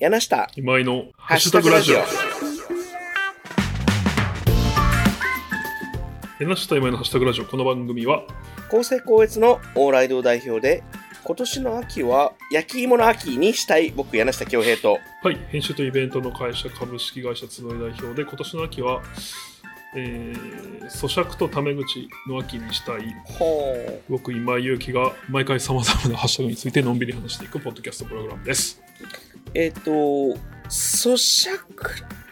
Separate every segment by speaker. Speaker 1: 柳下、
Speaker 2: 今井のハッシュタグラジオ。
Speaker 1: ハッシュタグラジ
Speaker 2: 柳下今井のハッシュタグラジオ。この番組は、
Speaker 1: 高生高越のオーライド代表で、今年の秋は焼き芋の秋にしたい僕、柳下恭平と、
Speaker 2: はい、編集とイベントの会社株式会社集い代表で、今年の秋は、えー、咀嚼とタメ口の秋にしたい、
Speaker 1: ほう。
Speaker 2: 僕、今井祐希が毎回様々なハッシュタグについてのんびり話していくポッドキャストプログラムです。
Speaker 1: えっ、と、咀嚼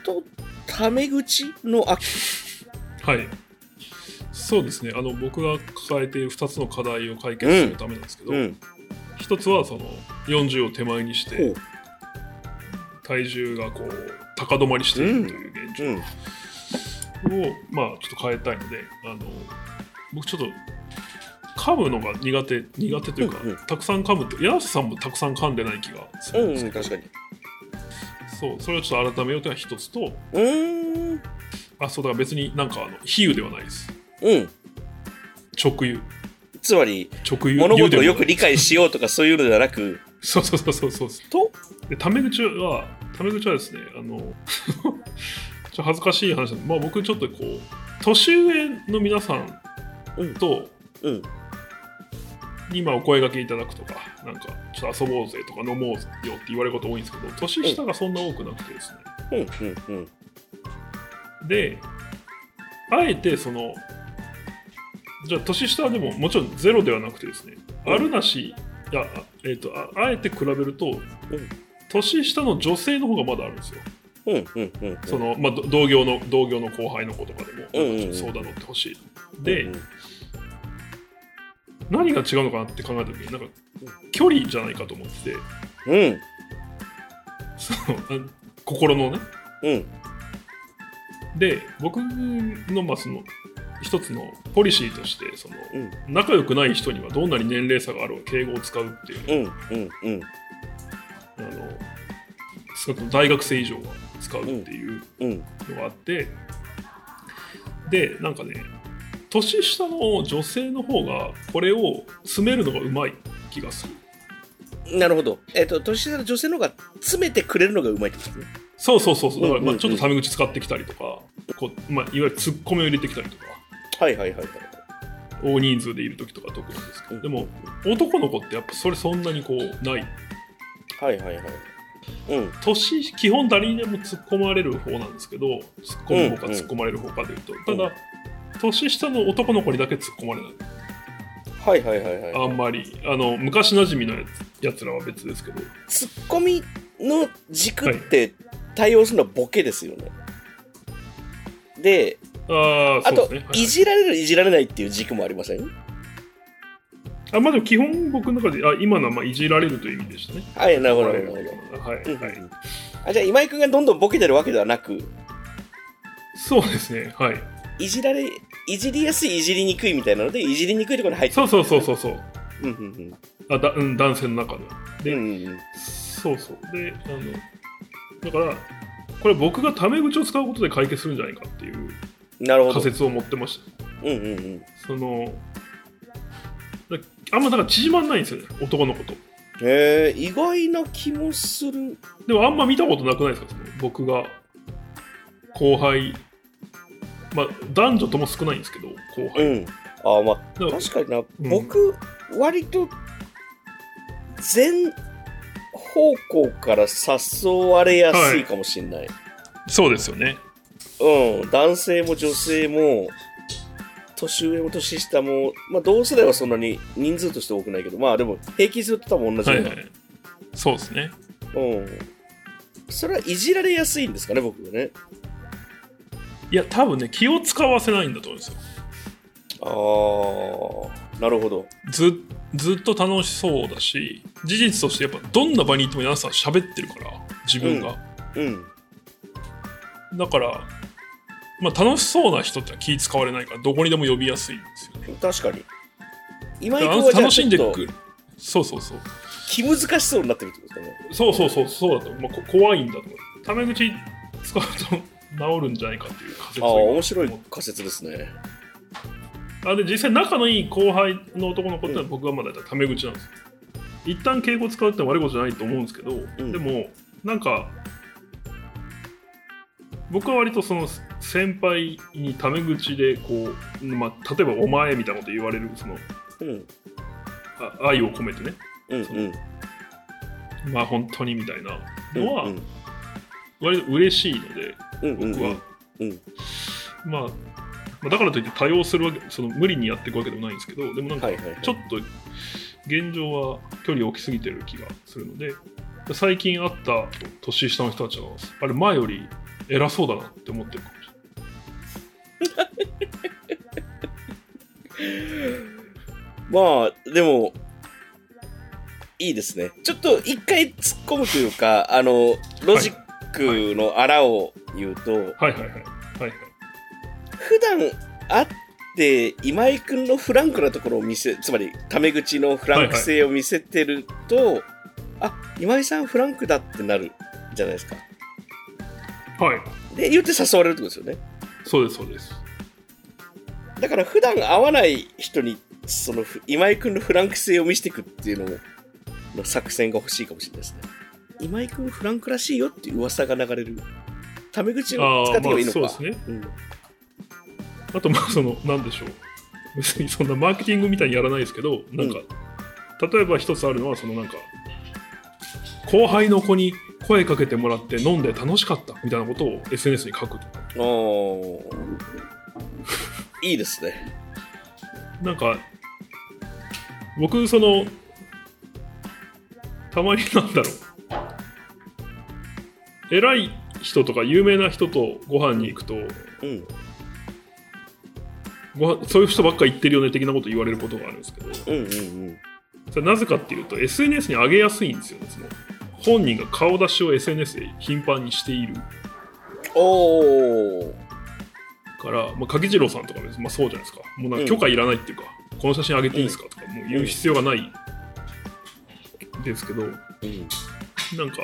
Speaker 1: とタメ口の秋。
Speaker 2: はい。そうですね、あの、僕が抱えている2つの課題を解決するためなんですけど、
Speaker 1: うん。
Speaker 2: 1つはその40を手前にし
Speaker 1: ほ
Speaker 2: て
Speaker 1: う、。
Speaker 2: 体重がこう、高止まりしているという現状。
Speaker 1: うん。
Speaker 2: を、まあ、ちょっと変えたいのであの僕ちょっと噛むのが苦手苦手というか、
Speaker 1: うんうん
Speaker 2: たくさん噛むって柳瀬さんもたくさん噛んでない気がするん
Speaker 1: う
Speaker 2: です
Speaker 1: ん、
Speaker 2: けど、
Speaker 1: 確かに。
Speaker 2: そうそれをちょっと改めようというのが一つと
Speaker 1: うーん。
Speaker 2: あそうだから別になんかあの比喩ではないです
Speaker 1: うん。
Speaker 2: 直喩
Speaker 1: つまり、
Speaker 2: 直喩
Speaker 1: 物事をよく
Speaker 2: 理
Speaker 1: 理解しようとかそういうのではなく、
Speaker 2: そうそうそうそうそう
Speaker 1: と、
Speaker 2: でタメ口はタメ口はですねあの ちょっと恥ずかしい話なんで、まあ、僕ちょっとこう年上の皆さんと、
Speaker 1: うん。
Speaker 2: 今お声掛けいただくとか、なんかちょっと遊ぼうぜとか飲もうよって言われること多いんですけど、年下がそんな多くなくてですね。
Speaker 1: うん、うん、うん。
Speaker 2: で、あえてその、じゃあ年下でももちろんゼロではなくてですね、
Speaker 1: うん
Speaker 2: あるなし、いや、あえっ、とあ、あえて比べると、年下の女性の方がまだあるんですよ。
Speaker 1: うん、うん、うん。
Speaker 2: その、まあ、ど同業の、同業の後輩の子とかでも、
Speaker 1: うんうんうん
Speaker 2: なんかちょっと相談乗ってほしい。
Speaker 1: う
Speaker 2: で
Speaker 1: ん、、
Speaker 2: 何が違うのかなって考えた時に、なんか距離じゃないかと思ってて、
Speaker 1: うん、
Speaker 2: そのあ心のね
Speaker 1: うん、
Speaker 2: で僕のまあその一つのポリシーとしてその
Speaker 1: うん、
Speaker 2: 仲良くない人にはどんなに年齢差があろう敬語を使うっていう
Speaker 1: うん、うん、うん、
Speaker 2: あの少なくとも大学生以上は使うっていう
Speaker 1: うん、
Speaker 2: のがあってでなんかね年下の女性の方がこれを詰めるのがうまい気がする
Speaker 1: なるほど。えっ、と、年下の女性の方が詰めてくれるのがうまいってことですね。
Speaker 2: そうそうそうそうだから
Speaker 1: うんうん
Speaker 2: ま
Speaker 1: う
Speaker 2: あ
Speaker 1: ん
Speaker 2: ちょっとタメ口使ってきたりとかこう、まあ、いわゆるツッコミを入れてきたりとか
Speaker 1: はいはいはいはい。
Speaker 2: 大人数でいる時とか特にですけどでも男の子ってやっぱそれそんなにこうない
Speaker 1: はいはいはい。うん、
Speaker 2: 年基本誰にでも突っ込まれる方なんですけど突っ込む方か
Speaker 1: うんうん
Speaker 2: 突っ込まれる方かでいうと、
Speaker 1: ん
Speaker 2: ただ年下の男の子にだけ突っ込まれない
Speaker 1: はいはいはいはい。
Speaker 2: あんまりあの昔なじみのやつやつらは別ですけど
Speaker 1: ツッコミの軸って対応するのはボケですよね。で、
Speaker 2: ああ
Speaker 1: あ
Speaker 2: そ
Speaker 1: と、
Speaker 2: うですね、はい
Speaker 1: いじられるいじられないっていう軸もありません
Speaker 2: あまあでも基本僕の中であ今のはまあいじられるという意味でしたね
Speaker 1: はい、なるほどなるほど。
Speaker 2: はい、
Speaker 1: うん
Speaker 2: はい、
Speaker 1: あじゃあ今井君がどんどんボケてるわけではなく
Speaker 2: そうですねはい
Speaker 1: いじられいじりやすいいじりにくいみたいなのでいじりにくいところに入って
Speaker 2: そうそうそうそうそう
Speaker 1: ううんうん
Speaker 2: あだ、うん、男性の中では
Speaker 1: う
Speaker 2: で、
Speaker 1: んうんうん
Speaker 2: そうそう。で、あの、だから、これ僕がタメ口を使うことで解決するんじゃないかっていう
Speaker 1: なるほ
Speaker 2: 仮
Speaker 1: ど
Speaker 2: 説を持ってました。
Speaker 1: うんうんうん
Speaker 2: その、だあんまだから縮まんないんですよね、男の子と。
Speaker 1: へえ意外な気もする
Speaker 2: でもあんま見たことなくないですか、その僕が後輩、まあ男女とも少ないんですけど、後輩。
Speaker 1: うんああまあ
Speaker 2: だから
Speaker 1: 確かにな、
Speaker 2: ん
Speaker 1: 僕割と全方向から誘われやすいかもしれない、
Speaker 2: そうですよね。
Speaker 1: うん男性も女性も年上も年下も、まあ、同世代はそんなに人数として多くないけどまあでも平均すると多分同じ
Speaker 2: は
Speaker 1: よう
Speaker 2: い
Speaker 1: な、
Speaker 2: はい。そうですね。
Speaker 1: うんそれはいじられやすいんですかね僕はね
Speaker 2: いや、多分ね、気を使わせないんだと思うんですよ。
Speaker 1: ああなるほど
Speaker 2: ずずっと楽しそうだし事実としてやっぱどんな場に行っても皆さん喋ってるから自分が、
Speaker 1: うん
Speaker 2: だから、まあ、楽しそうな人って気使われないからどこにでも呼びやすいんですよね
Speaker 1: 確かに今
Speaker 2: だ
Speaker 1: 井
Speaker 2: から
Speaker 1: 君はじゃあ
Speaker 2: 楽し
Speaker 1: ちょ
Speaker 2: ん
Speaker 1: っ
Speaker 2: で
Speaker 1: と
Speaker 2: くるそうそうそう
Speaker 1: 気難しそうになってるってことですかね
Speaker 2: そうそうそうそうだと、まあ、こ怖いんだと思うタメ口使うと治るんじゃないかっていう仮説
Speaker 1: ああ
Speaker 2: を今
Speaker 1: 面白い仮説ですね
Speaker 2: あで実際仲のいい後輩の男の子ってのは僕はまだタメ口なんですよ一旦敬語使うって悪いことじゃないと思うんですけど、
Speaker 1: ん
Speaker 2: でもなんか僕は割とその先輩にタメ口でこう、まあ、例えば「お前」みたいなこと言われるその
Speaker 1: うん。
Speaker 2: あ愛を込めてね
Speaker 1: うん
Speaker 2: そ
Speaker 1: うん。
Speaker 2: 「まあ本当に」みたいな
Speaker 1: うん
Speaker 2: の
Speaker 1: う
Speaker 2: は
Speaker 1: ん
Speaker 2: 割と嬉しいので
Speaker 1: うんうん
Speaker 2: 僕
Speaker 1: う
Speaker 2: は
Speaker 1: ん。うん。
Speaker 2: まあまあだからといって多用するわけその無理にやっていくわけでもないんですけどでもなんか
Speaker 1: はいはいはい。
Speaker 2: ちょっと現状は距離を置きすぎてる気がするので最近会った年下の人たちはあれ前より偉そうだなって思ってるかもし
Speaker 1: まあ、でも、いいですね。ちょっと一回突っ込むというか、あの、ロジックのあらを言うと、
Speaker 2: れないはいはいはいはいはい
Speaker 1: 普段会って今井君のフランクなところを見せつまりタメ口のフランク性を見せてると、あ今井さんフランクだってなるじゃないですか
Speaker 2: はい
Speaker 1: で言って誘われるってことですよね
Speaker 2: そうですそうです
Speaker 1: だから普段会わない人にそのふ今井君のフランク性を見せていくっていうのもの作戦が欲しいかもしれないですね今井君フランクらしいよっていう噂が流れるタメ口を使ってもいいのか、
Speaker 2: あーまあそうですね
Speaker 1: うん
Speaker 2: あとまあその何でしょう別にそんなマーケティングみたいにやらないですけどなんか、例えば一つあるのはそのなんか後輩の子に声かけてもらって飲んで楽しかったみたいなことを SNS に書くとか
Speaker 1: おーいいですね
Speaker 2: なんか僕そのたまになんだろう偉い人とか有名な人とご飯に行くと
Speaker 1: うん
Speaker 2: ご飯そういう人ばっか言ってるよね的なこと言われることがあるんですけど
Speaker 1: うんうんうん
Speaker 2: それなぜかっていうと SNS に上げやすいんですよねその本人が顔出しを SNS で頻繁にしている
Speaker 1: おお
Speaker 2: から、まあ、柿次郎さんとか別に、まあ、そうじゃないですかもうなんか許可いらないっていうか、この写真上げていいですかとかもう言う必要がないですけど、
Speaker 1: うん
Speaker 2: なんか、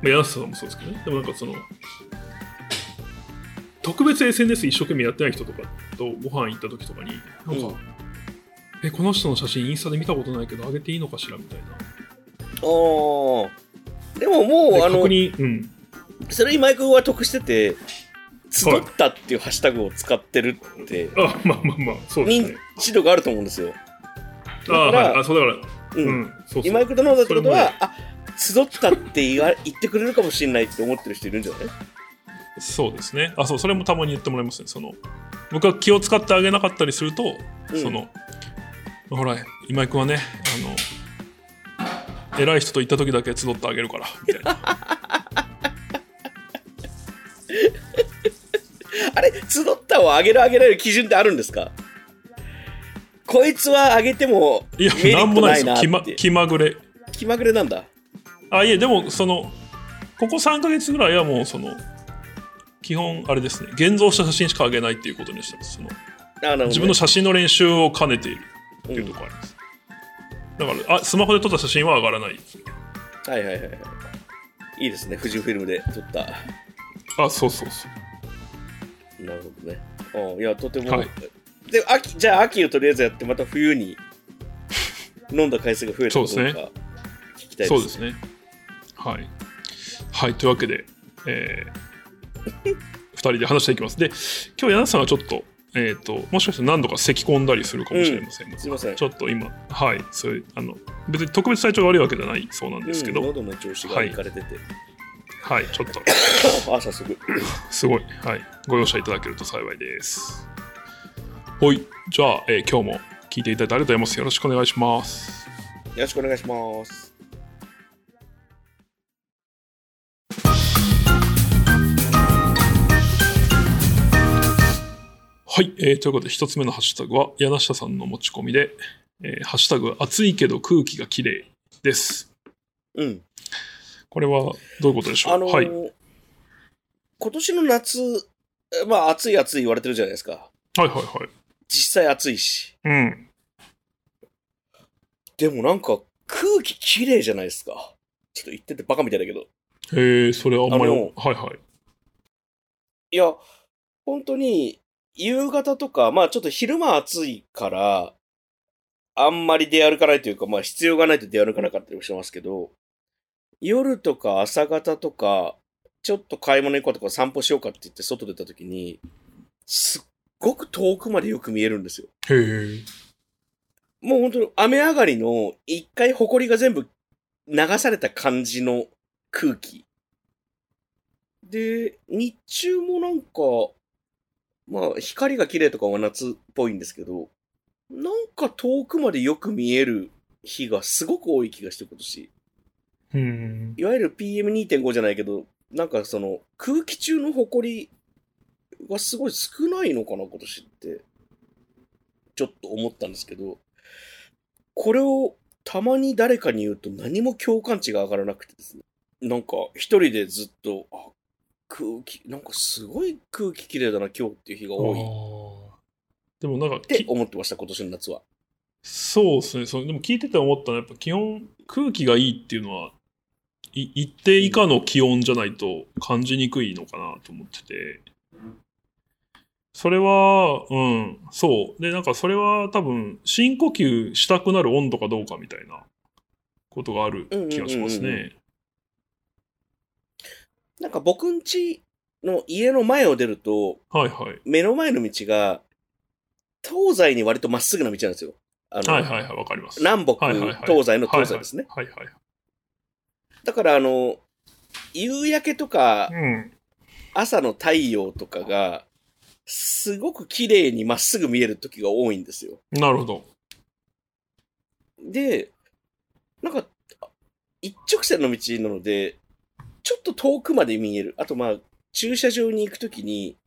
Speaker 2: まあ、安さんもそうですけどね、でもなんかその、特別 SNS 一生懸命やってない人とかとご飯行った時とかに、なんか、
Speaker 1: うん
Speaker 2: え、この人の写真インスタで見たことないけど、上げていいのかしらみたいな。
Speaker 1: おーでももう
Speaker 2: で
Speaker 1: あの
Speaker 2: 確認、うん。
Speaker 1: それ今井君は得してて「集った」っていうハッシュタグを使ってるって
Speaker 2: あ、まあまあまあ、そうです
Speaker 1: 認
Speaker 2: ね。
Speaker 1: 知度があると思うんですよ、だか
Speaker 2: あ、
Speaker 1: ら
Speaker 2: はい、あ、そうだか
Speaker 1: う
Speaker 2: ら、うんん、そうそ
Speaker 1: 今
Speaker 2: う
Speaker 1: 井。君と飲んだってこと
Speaker 2: それ
Speaker 1: は
Speaker 2: も
Speaker 1: 「あ集った」って言わ 言ってくれるかもしれないって思ってる人いるんじゃない
Speaker 2: そうですね。あ、そう、それもたまに言ってもらいますね。その、僕は気を使ってあげなかったりすると、
Speaker 1: うん
Speaker 2: その、ほら、今井君はね、あの、偉い人と行った時だけ集ってあげるから、みたいな。
Speaker 1: あれ集ったを上げる上げられる基準ってあるんですかこいつは上げても
Speaker 2: い
Speaker 1: メリ
Speaker 2: や、な
Speaker 1: ッ
Speaker 2: んも
Speaker 1: ト
Speaker 2: ない
Speaker 1: な
Speaker 2: で
Speaker 1: い
Speaker 2: すよ。
Speaker 1: なっ
Speaker 2: 気ま
Speaker 1: て
Speaker 2: 気まぐれ。
Speaker 1: 気まぐれなんだ
Speaker 2: あ、いえ、でも、その、ここ3ヶ月ぐらいはもう、その、基本、あれですね、現像した写真しか上げないっていうことにしてます。その
Speaker 1: あなるほどね
Speaker 2: 自分の写真の練習を兼ねているっていうところあります。だからあ、スマホで撮った写真は上がらないですね。
Speaker 1: はいはいはいはいいいですね富士フィルムで撮った
Speaker 2: あ、そうそうそう。
Speaker 1: なるほどね。うんいや、とても。
Speaker 2: はい
Speaker 1: で秋じゃあ、秋をとりあえずやって、また冬に飲んだ回数が増えたかどう
Speaker 2: そうです
Speaker 1: か聞きたいです。
Speaker 2: そうですね。はい。はい、というわけで、え2人で話していきます。で、今日、柳田さんはちょっと、えっ、と、もしかしたら何度か咳込んだりするかもしれませんが、
Speaker 1: すいません。
Speaker 2: ちょっと今、はい、そういう、あの、別に特別体調が悪いわけじゃないそうなんですけど、
Speaker 1: うん喉の調子がいかれてて。
Speaker 2: はい、ちょっと、
Speaker 1: あ、早速。
Speaker 2: すごい、はい、ご容赦いただけると幸いです。はい、じゃあ、えー今日も聞いていただいてありがとうございます。よろしくお願いします。
Speaker 1: よろしくお願いします。
Speaker 2: はい、えーということで一つ目のハッシュタグは柳下さんの持ち込みで、えーハッシュタグ暑いけど空気がきれいです。
Speaker 1: うん。
Speaker 2: これはどういうことでしょう、
Speaker 1: あのー
Speaker 2: はい、
Speaker 1: 今年の夏、えまあ、暑い暑い言われてるじゃないですか。
Speaker 2: はいはいはい。
Speaker 1: 実際暑いし。
Speaker 2: うん。
Speaker 1: でもなんか、空気きれいじゃないですか。ちょっと言っててバカみたいだけど。
Speaker 2: えー、それあんまり、
Speaker 1: あ
Speaker 2: はい
Speaker 1: の
Speaker 2: はい。
Speaker 1: いや、本当に、夕方とか、まあちょっと昼間暑いから、あんまり出歩かないというか、まあ必要がないと出歩かなかったりもしますけど、夜とか朝方とか、ちょっと買い物行こうとか散歩しようかって言って外出た時に、すっごく遠くまでよく見えるんですよ。
Speaker 2: へえ。
Speaker 1: もう本当に雨上がりの一回埃が全部流された感じの空気。で、日中もなんか、まあ光が綺麗とかは夏っぽいんですけど、なんか遠くまでよく見える日がすごく多い気がして今年。
Speaker 2: うん。
Speaker 1: いわゆる PM2.5 じゃないけど、なんかその空気中の埃がすごい少ないのかな、今年って。ちょっと思ったんですけど、これをたまに誰かに言うと何も共感値が上がらなくてですね。なんか一人でずっと、あ、空気、なんかすごい空気綺麗だな、今日っていう日が多いっ
Speaker 2: ああ。でもなんか、
Speaker 1: て
Speaker 2: き
Speaker 1: 思ってました、今年の夏は。
Speaker 2: そうですね。そうでも聞いてて思ったのは、やっぱ基本、空気がいいっていうのは、い一定以下の気温じゃないと感じにくいのかなと思ってて。それは、うん、そう。で、なんかそれは多分、深呼吸したくなる温度かどうかみたいなことがある気がします
Speaker 1: うんうんうん
Speaker 2: ね。
Speaker 1: なんか僕ん家の家の前を出ると、
Speaker 2: はいはい。
Speaker 1: 目の前の道が、東西に割とまっすぐな道なんですよ。あの、
Speaker 2: はいはいはい、わかります。
Speaker 1: 南北、
Speaker 2: はいはいはい
Speaker 1: 東西の東西ですね。
Speaker 2: はいはい。
Speaker 1: だから、あの、夕焼けとか、
Speaker 2: うん。
Speaker 1: 朝の太陽とかが、すごく綺麗にまっすぐ見える時が多いんですよ。
Speaker 2: なるほど。
Speaker 1: で、なんか、一直線の道なので、ちょっと遠くまで見える。あと、まあ、駐車場に行くときに、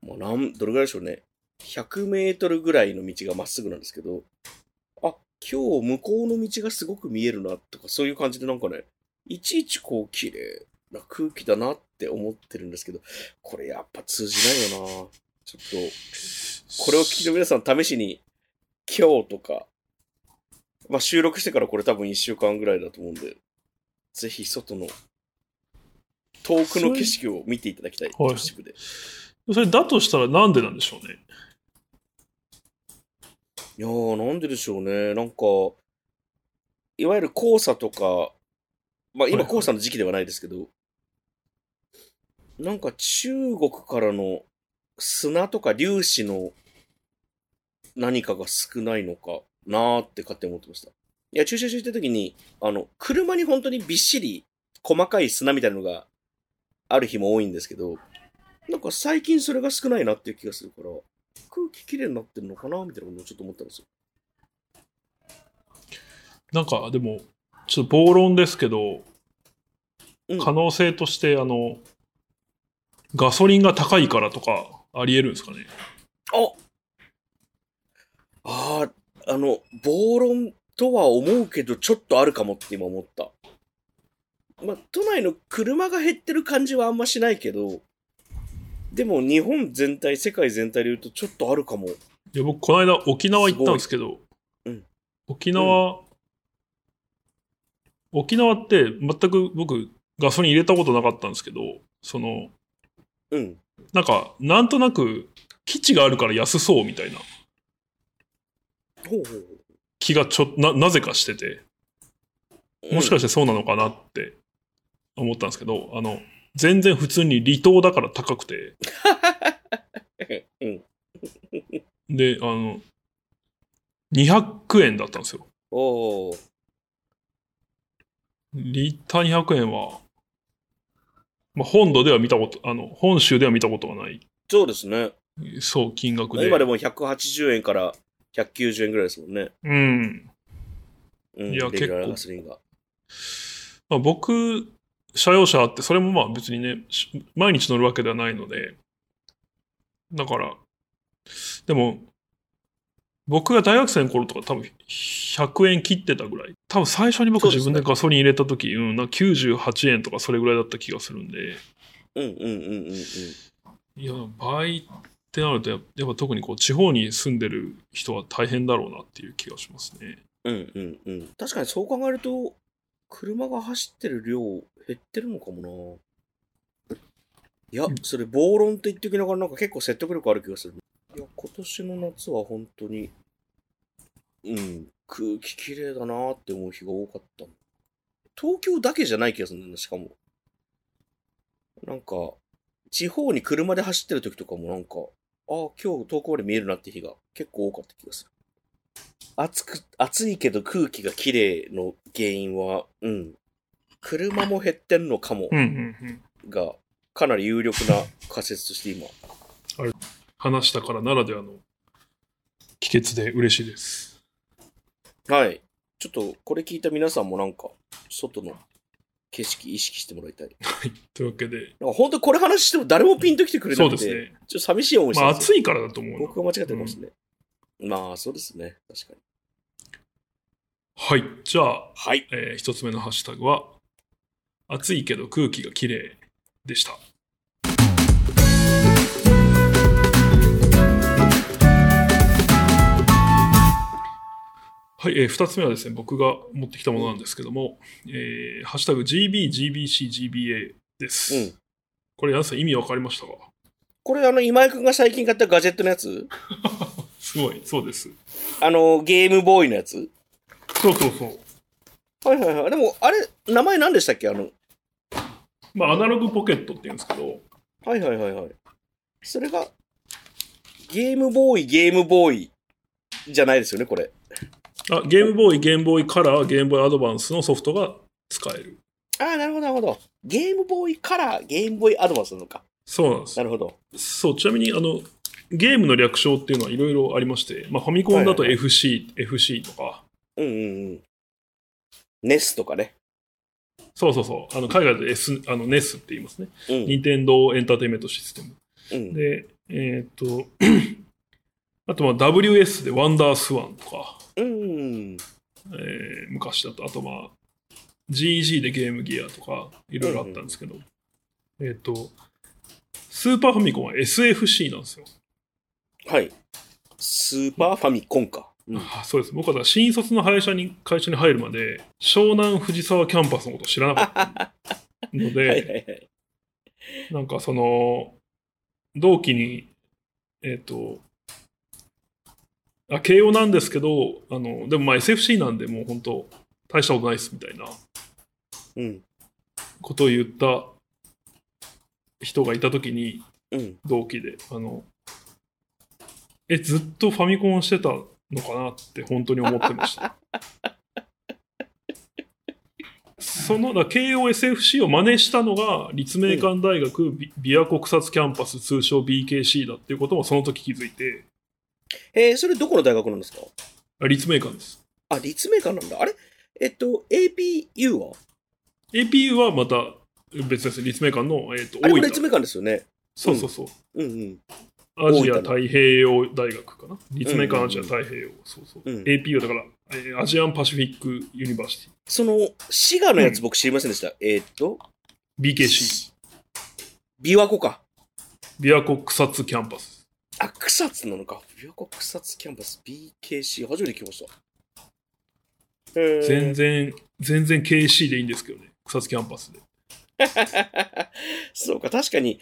Speaker 1: もうなん、どれぐらいでしょうね。100メートルぐらいの道がまっすぐなんですけど、あ、今日向こうの道がすごく見えるな、とか、そういう感じでなんかね、いちいちこう、綺麗な空気だなって思ってるんですけど、これやっぱ通じないよなちょっと、これを聞いて皆さん試しに、今日とか、まあ、収録してからこれ多分1週間ぐらいだと思うんで、ぜひ外の遠くの景色を見ていただきたい、
Speaker 2: はい
Speaker 1: 都市部で。
Speaker 2: それだとしたらなんでなんでしょうね。
Speaker 1: いやー、なんででしょうね。なんか、いわゆる黄砂とか、まあ
Speaker 2: はい
Speaker 1: 今
Speaker 2: はい
Speaker 1: 黄砂の時期ではないですけど、なんか中国からの砂とか粒子の何かが少ないのかなーって勝手に思ってました。いや、駐車場行った時に、あの、車に本当にびっしり細かい砂みたいなのがある日も多いんですけど、なんか最近それが少ないなっていう気がするから、空気きれいになってるのかなみたいなことをちょっと思ったんですよ。
Speaker 2: なんかでも、ちょっと暴論ですけど、
Speaker 1: うん
Speaker 2: 可能性として、あの、ガソリンが高いからとか、ありえるんですかね。
Speaker 1: ああーあの、暴論とは思うけど、ちょっとあるかもって今思った。まあ、都内の車が減ってる感じはあんましないけど、でも日本全体、世界全体で言うとちょっとあるかも。
Speaker 2: いや、僕、この間沖縄行ったんですけど、
Speaker 1: ごいうん
Speaker 2: 沖縄、沖縄って全く僕、ガソリン入れたことなかったんですけど、その、
Speaker 1: うん。
Speaker 2: なんか、なんとなく、基地があるから安そうみたいな
Speaker 1: ほうほうほ
Speaker 2: 気がちょ、な、なぜかしてて。
Speaker 1: う。
Speaker 2: もしかしてそうなのかなって思ったんですけど、あの、全然普通に離島だから高くて、
Speaker 1: て。うん。
Speaker 2: で、あの、200円だったんですよ。
Speaker 1: おー
Speaker 2: リッター200円は、まあ、本土では見たこと、あの、本州では見たことがない、
Speaker 1: そうですね。
Speaker 2: そう、金額で。
Speaker 1: 今でも180円から190円ぐらいですもんね。
Speaker 2: うん。
Speaker 1: うん。
Speaker 2: いや
Speaker 1: レギュラー
Speaker 2: 結構
Speaker 1: ガソリンが。
Speaker 2: まあ、僕、車用車あって、それもまあ別にね、し毎日乗るわけではないので、だから、でも、僕が大学生の頃とか多分100円切ってたぐらい。多分最初に僕
Speaker 1: そうで
Speaker 2: 自
Speaker 1: すね
Speaker 2: 分でガソリン入れた時、うん、なんか98円とかそれぐらいだった気がするんで、
Speaker 1: うんうんうんうんうん。
Speaker 2: いや、倍ってなるとや、やっぱ特にこう地方に住んでる人は大変だろうなっていう気がしますね。
Speaker 1: うんうんうん。確かにそう考えると、車が走ってる量減ってるのかもな。いや
Speaker 2: うん、
Speaker 1: それ暴論って言っておきながらなんか結構説得力ある気がする。いや、今年の夏は本当に、うん、空気きれいだなって思う日が多かった。東京だけじゃない気がするんだよね、しかも。なんか、地方に車で走ってる時とかもなんか、ああ、今日遠くまで見えるなって日が結構多かった気がする。暑く、暑いけど空気が綺麗の原因は、うん。車も減ってんのかも
Speaker 2: うんうんうん。
Speaker 1: が、かなり有力な仮説として今。
Speaker 2: 話したからならではの帰結で嬉しいです。
Speaker 1: はい。ちょっとこれ聞いた皆さんもなんか、外の景色意識してもらいたい。
Speaker 2: というわけで、
Speaker 1: なんか本当にこれ話しても誰もピンときてくれな
Speaker 2: そう
Speaker 1: く
Speaker 2: で
Speaker 1: て、
Speaker 2: すね。
Speaker 1: ちょっと寂しい思いして
Speaker 2: まあ、
Speaker 1: ます
Speaker 2: 暑いからだと思うな。
Speaker 1: 僕は間違ってるかもしれない。まあ、そうですね。確かに。
Speaker 2: はい。じゃあ、
Speaker 1: はい。
Speaker 2: えー一つ目のハッシュタグは、暑いけど空気がきれいでした。はい、えー二つ目はですね、僕が持ってきたものなんですけども、えーハッシュタグ GBGBCGBA です。
Speaker 1: うん
Speaker 2: これ、皆さん意味わかりましたか
Speaker 1: これ、あの、今井くんが最近買ったガジェットのやつ
Speaker 2: すごい、そうです。
Speaker 1: あの、ゲームボーイのやつ
Speaker 2: そうそうそう。
Speaker 1: はいはいはい。でも、あれ、名前何でしたっけあの、
Speaker 2: まあ、アナログポケットって言うんですけど、
Speaker 1: はいはいはいはい。それが、ゲームボーイ、ゲームボーイじゃないですよね、これ。
Speaker 2: あゲームボーイ、ゲームボーイカラー、ゲームボーイアドバンスのソフトが使える。
Speaker 1: ああ、なるほどなるほど。ゲームボーイカラー、ゲームボーイアドバンスなのか。
Speaker 2: そうなんです
Speaker 1: な。るほど。
Speaker 2: そう、ちなみに、あの、ゲームの略称っていうのはいろいろありまして、まあ、ファミコンだと
Speaker 1: はい
Speaker 2: FC、FC とか、
Speaker 1: うんうんうん。ネスとかね。
Speaker 2: そうそうそう、あの海外で S、あの NES って言いますね。
Speaker 1: うん。
Speaker 2: 任天堂エンターテインメントシステム。
Speaker 1: うん、
Speaker 2: で、えーっと、 あと、まあ、WS でワンダースワンとか、
Speaker 1: うん。
Speaker 2: えー昔だと、あと、まあ、GEG でゲームギアとか、いろいろあったんですけど、えーっと、スーパーファミコンは SFC なんですよ。
Speaker 1: はい。スーパーファミコンか。うん
Speaker 2: あそうです僕はだから新卒の会社に会社に入るまで湘南藤沢キャンパスのことを知らなかったので、
Speaker 1: はいはいはい。
Speaker 2: なんかその同期にえっ、とあ慶応なんですけどあのでもまあ SFC なんでもう本当大したことないですみたいな
Speaker 1: うん。
Speaker 2: ことを言った人がいた時に
Speaker 1: うん。
Speaker 2: 同期であのえずっとファミコンしてたのかなって本当に思ってました そのだ KOSFC を真似したのが立命館大学び琵琶湖草津キャンパス通称 BKC だっていうこともその時気づいて
Speaker 1: えー、それどこの大学なんですか
Speaker 2: あ立命館です
Speaker 1: あ、立命館なんだ。あれえっと、APU は
Speaker 2: APU はまた別です立命館の、えー、と
Speaker 1: あれも
Speaker 2: 大分
Speaker 1: 立命館ですよね。
Speaker 2: そうそうそう、
Speaker 1: うんうん。
Speaker 2: アジ
Speaker 1: 大分の
Speaker 2: ア太平洋大学かな立命館アジア太平洋、そうそう、
Speaker 1: うん
Speaker 2: APU だから、えーアジアンパシフィックユニバーシティ
Speaker 1: その、滋賀のやつ僕知りませんでした。えーっと、
Speaker 2: BKC、
Speaker 1: 琵琶湖か。
Speaker 2: 琵琶湖草津キャンパス。
Speaker 1: あ、草津なのか。琵琶湖草津キャンパス BKC。初めて聞きました。へー
Speaker 2: 全然、全然 KC でいいんですけどね、草津キャンパスで。
Speaker 1: そうか、確かに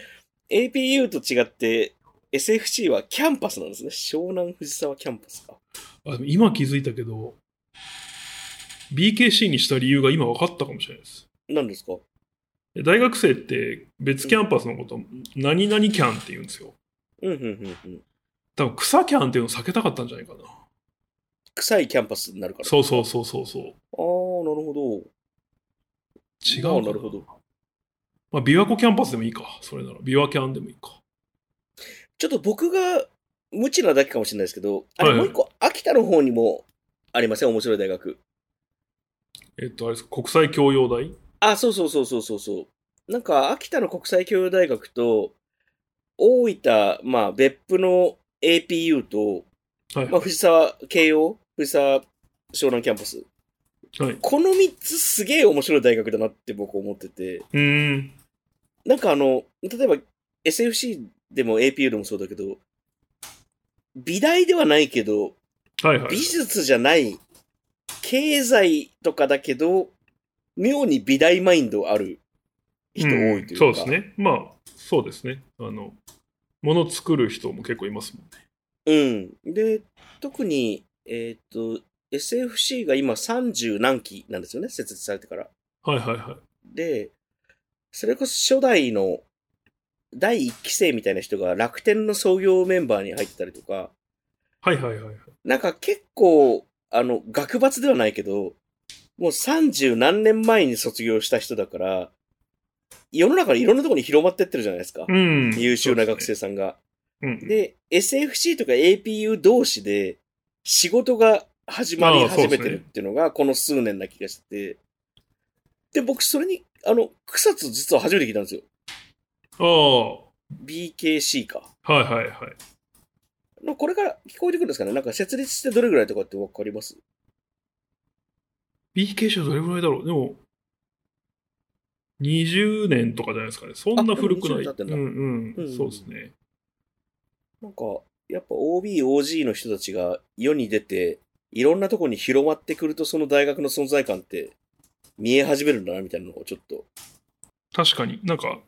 Speaker 1: APU と違って SFC はキャンパスなんですね。湘南藤沢キャンパスか。
Speaker 2: あでも今気づいたけど、BKC にした理由が今分かったかもしれないです。
Speaker 1: 何ですか
Speaker 2: で大学生って別キャンパスのこと、何々キャンって言うんですよ。
Speaker 1: うんうんうんうん。
Speaker 2: 多分草キャンっていうの避けたかったんじゃないかな。
Speaker 1: 臭いキャンパスになるから。
Speaker 2: そうそうそうそうそう。
Speaker 1: ああ、なるほど。
Speaker 2: 違う
Speaker 1: あ
Speaker 2: か
Speaker 1: ーなるほど。
Speaker 2: まあ、琵琶湖キャンパスでもいいか。それなら。琵琶キャンでもいいか。
Speaker 1: ちょっと僕が無知なだけかもしれないですけど、あれ
Speaker 2: はい
Speaker 1: も
Speaker 2: は
Speaker 1: う一
Speaker 2: い
Speaker 1: 個、秋田の方にもありません、面白い大学。
Speaker 2: えっと、あれですか、国際教養大
Speaker 1: あ、そうそうそうそうそうそう。なんか、秋田の国際教養大学と、大分、まあ、別府の APU と、
Speaker 2: はい。
Speaker 1: まあ、藤沢慶応、藤沢湘南キャンパス。
Speaker 2: はい、う
Speaker 1: この3つすげえ面白い大学だなって僕思ってて、
Speaker 2: ーん。
Speaker 1: なんかあの、例えば SFC でも APU でもそうだけど、美大ではないけど、
Speaker 2: はいはい
Speaker 1: 美。術じゃない、経済とかだけど、妙に美大マインドある人多いというか。
Speaker 2: んそうです。ねまあそうですねあの物作る人も結構いますもんね
Speaker 1: うん。で、特に、えーっと、SFC が今30何期なんですよね、設立されてから。
Speaker 2: はいはいはい。
Speaker 1: で、それこそ初代の第1期生みたいな人が楽天の創業メンバーに入ってたりとか、
Speaker 2: はいはいはいはい。
Speaker 1: なんか結構、あの、学罰ではないけど、もう30何年前に卒業した人だから、世の中のいろんなところに広まってってるじゃないですか。
Speaker 2: うん。
Speaker 1: 優秀な学生さんが。
Speaker 2: そうですね。
Speaker 1: で、SFC とか APU 同士で仕事が始まり始めてるっていうのが、この数年な気がしてて。で、僕、それに、あの、草津実は初めて聞いたんですよ。
Speaker 2: うん。あ
Speaker 1: BKC か。
Speaker 2: あ、はいはいはい。
Speaker 1: のこれから聞こえてくるんですかねなんか設立してどれぐらいとかってわかります
Speaker 2: BK 賞どれぐらいだろうでも、20年とかじゃないですかね。そんな古くな
Speaker 1: あ
Speaker 2: い。
Speaker 1: でも20年経って
Speaker 2: うんん
Speaker 1: だ
Speaker 2: うん。
Speaker 1: うん
Speaker 2: そうですね。
Speaker 1: なんか、やっぱ OB、OG の人たちが世に出て、いろんなとこに広まってくると、その大学の存在感って見え始めるんだな、みたいなのをちょっと。
Speaker 2: 確かに。なんか、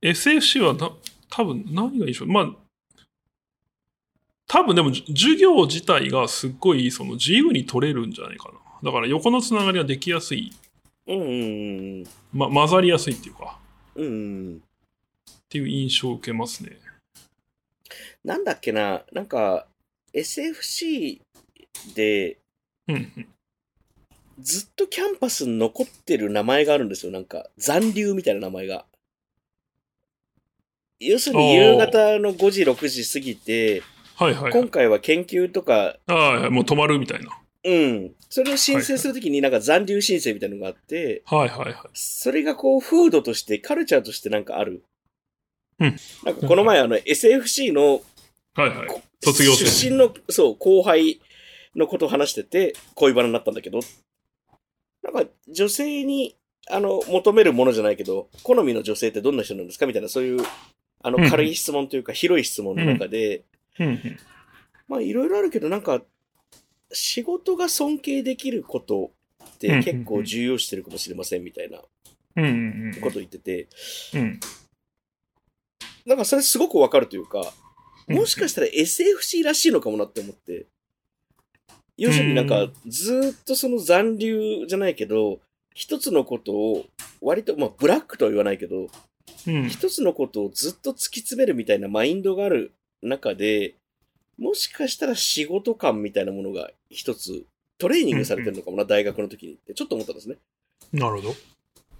Speaker 2: SFC はな、多分何がいいでしょう。まあ、多分でも、じ授業自体がすっごい、その、自由に取れるんじゃないかな。だから、横のつながりができやすい。
Speaker 1: うんうん
Speaker 2: ま、混ざりやすいっていうか、
Speaker 1: うん。うんうん。
Speaker 2: っていう印象を受けますね。
Speaker 1: なんだっけな、なんか、SFC で
Speaker 2: うんうん。
Speaker 1: ずっとキャンパスに残ってる名前があるんですよ。なんか、残留みたいな名前が。要するに夕方の5時、6時過ぎて、
Speaker 2: はいはい、は
Speaker 1: 今
Speaker 2: い。
Speaker 1: 回は研究とか
Speaker 2: ああはい、もう止まるみたいな。
Speaker 1: うん。それを申請するときになんか残留申請みたいなのがあって、
Speaker 2: はいはいはい。
Speaker 1: それがこう、風土として、カルチャーとしてなんかある。
Speaker 2: うん。
Speaker 1: なんかこの前あの、SFC の
Speaker 2: はいはい。卒業生
Speaker 1: 出身の、そう、後輩のことを話してて、恋バナになったんだけど、なんか女性に、あの、求めるものじゃないけど、好みの女性ってどんな人なんですかみたいな、そういう、あ
Speaker 2: うんう
Speaker 1: の、
Speaker 2: ん
Speaker 1: 軽い質問というか、広い質問の中で、
Speaker 2: うんうん。
Speaker 1: まあいろいろあるけどなんか仕事が尊敬できることって結構重要視してるかもしれませんみたいなこ
Speaker 2: うんうん
Speaker 1: と言ってて
Speaker 2: うん。うん。
Speaker 1: なんかそれすごくわかるというか
Speaker 2: うん
Speaker 1: もしかしたら SFC らしいのかもなって思って要するになん
Speaker 2: う
Speaker 1: か
Speaker 2: ん
Speaker 1: ずーっとその残留じゃないけど一つのことを割とまあブラックとは言わないけど
Speaker 2: うん
Speaker 1: 一つのことをずっと突き詰めるみたいなマインドがある中で、もしかしたら仕事感みたいなものが一つトレーニングされてるのかもな、大学の時にってちょっと思ったんですね。
Speaker 2: なるほど。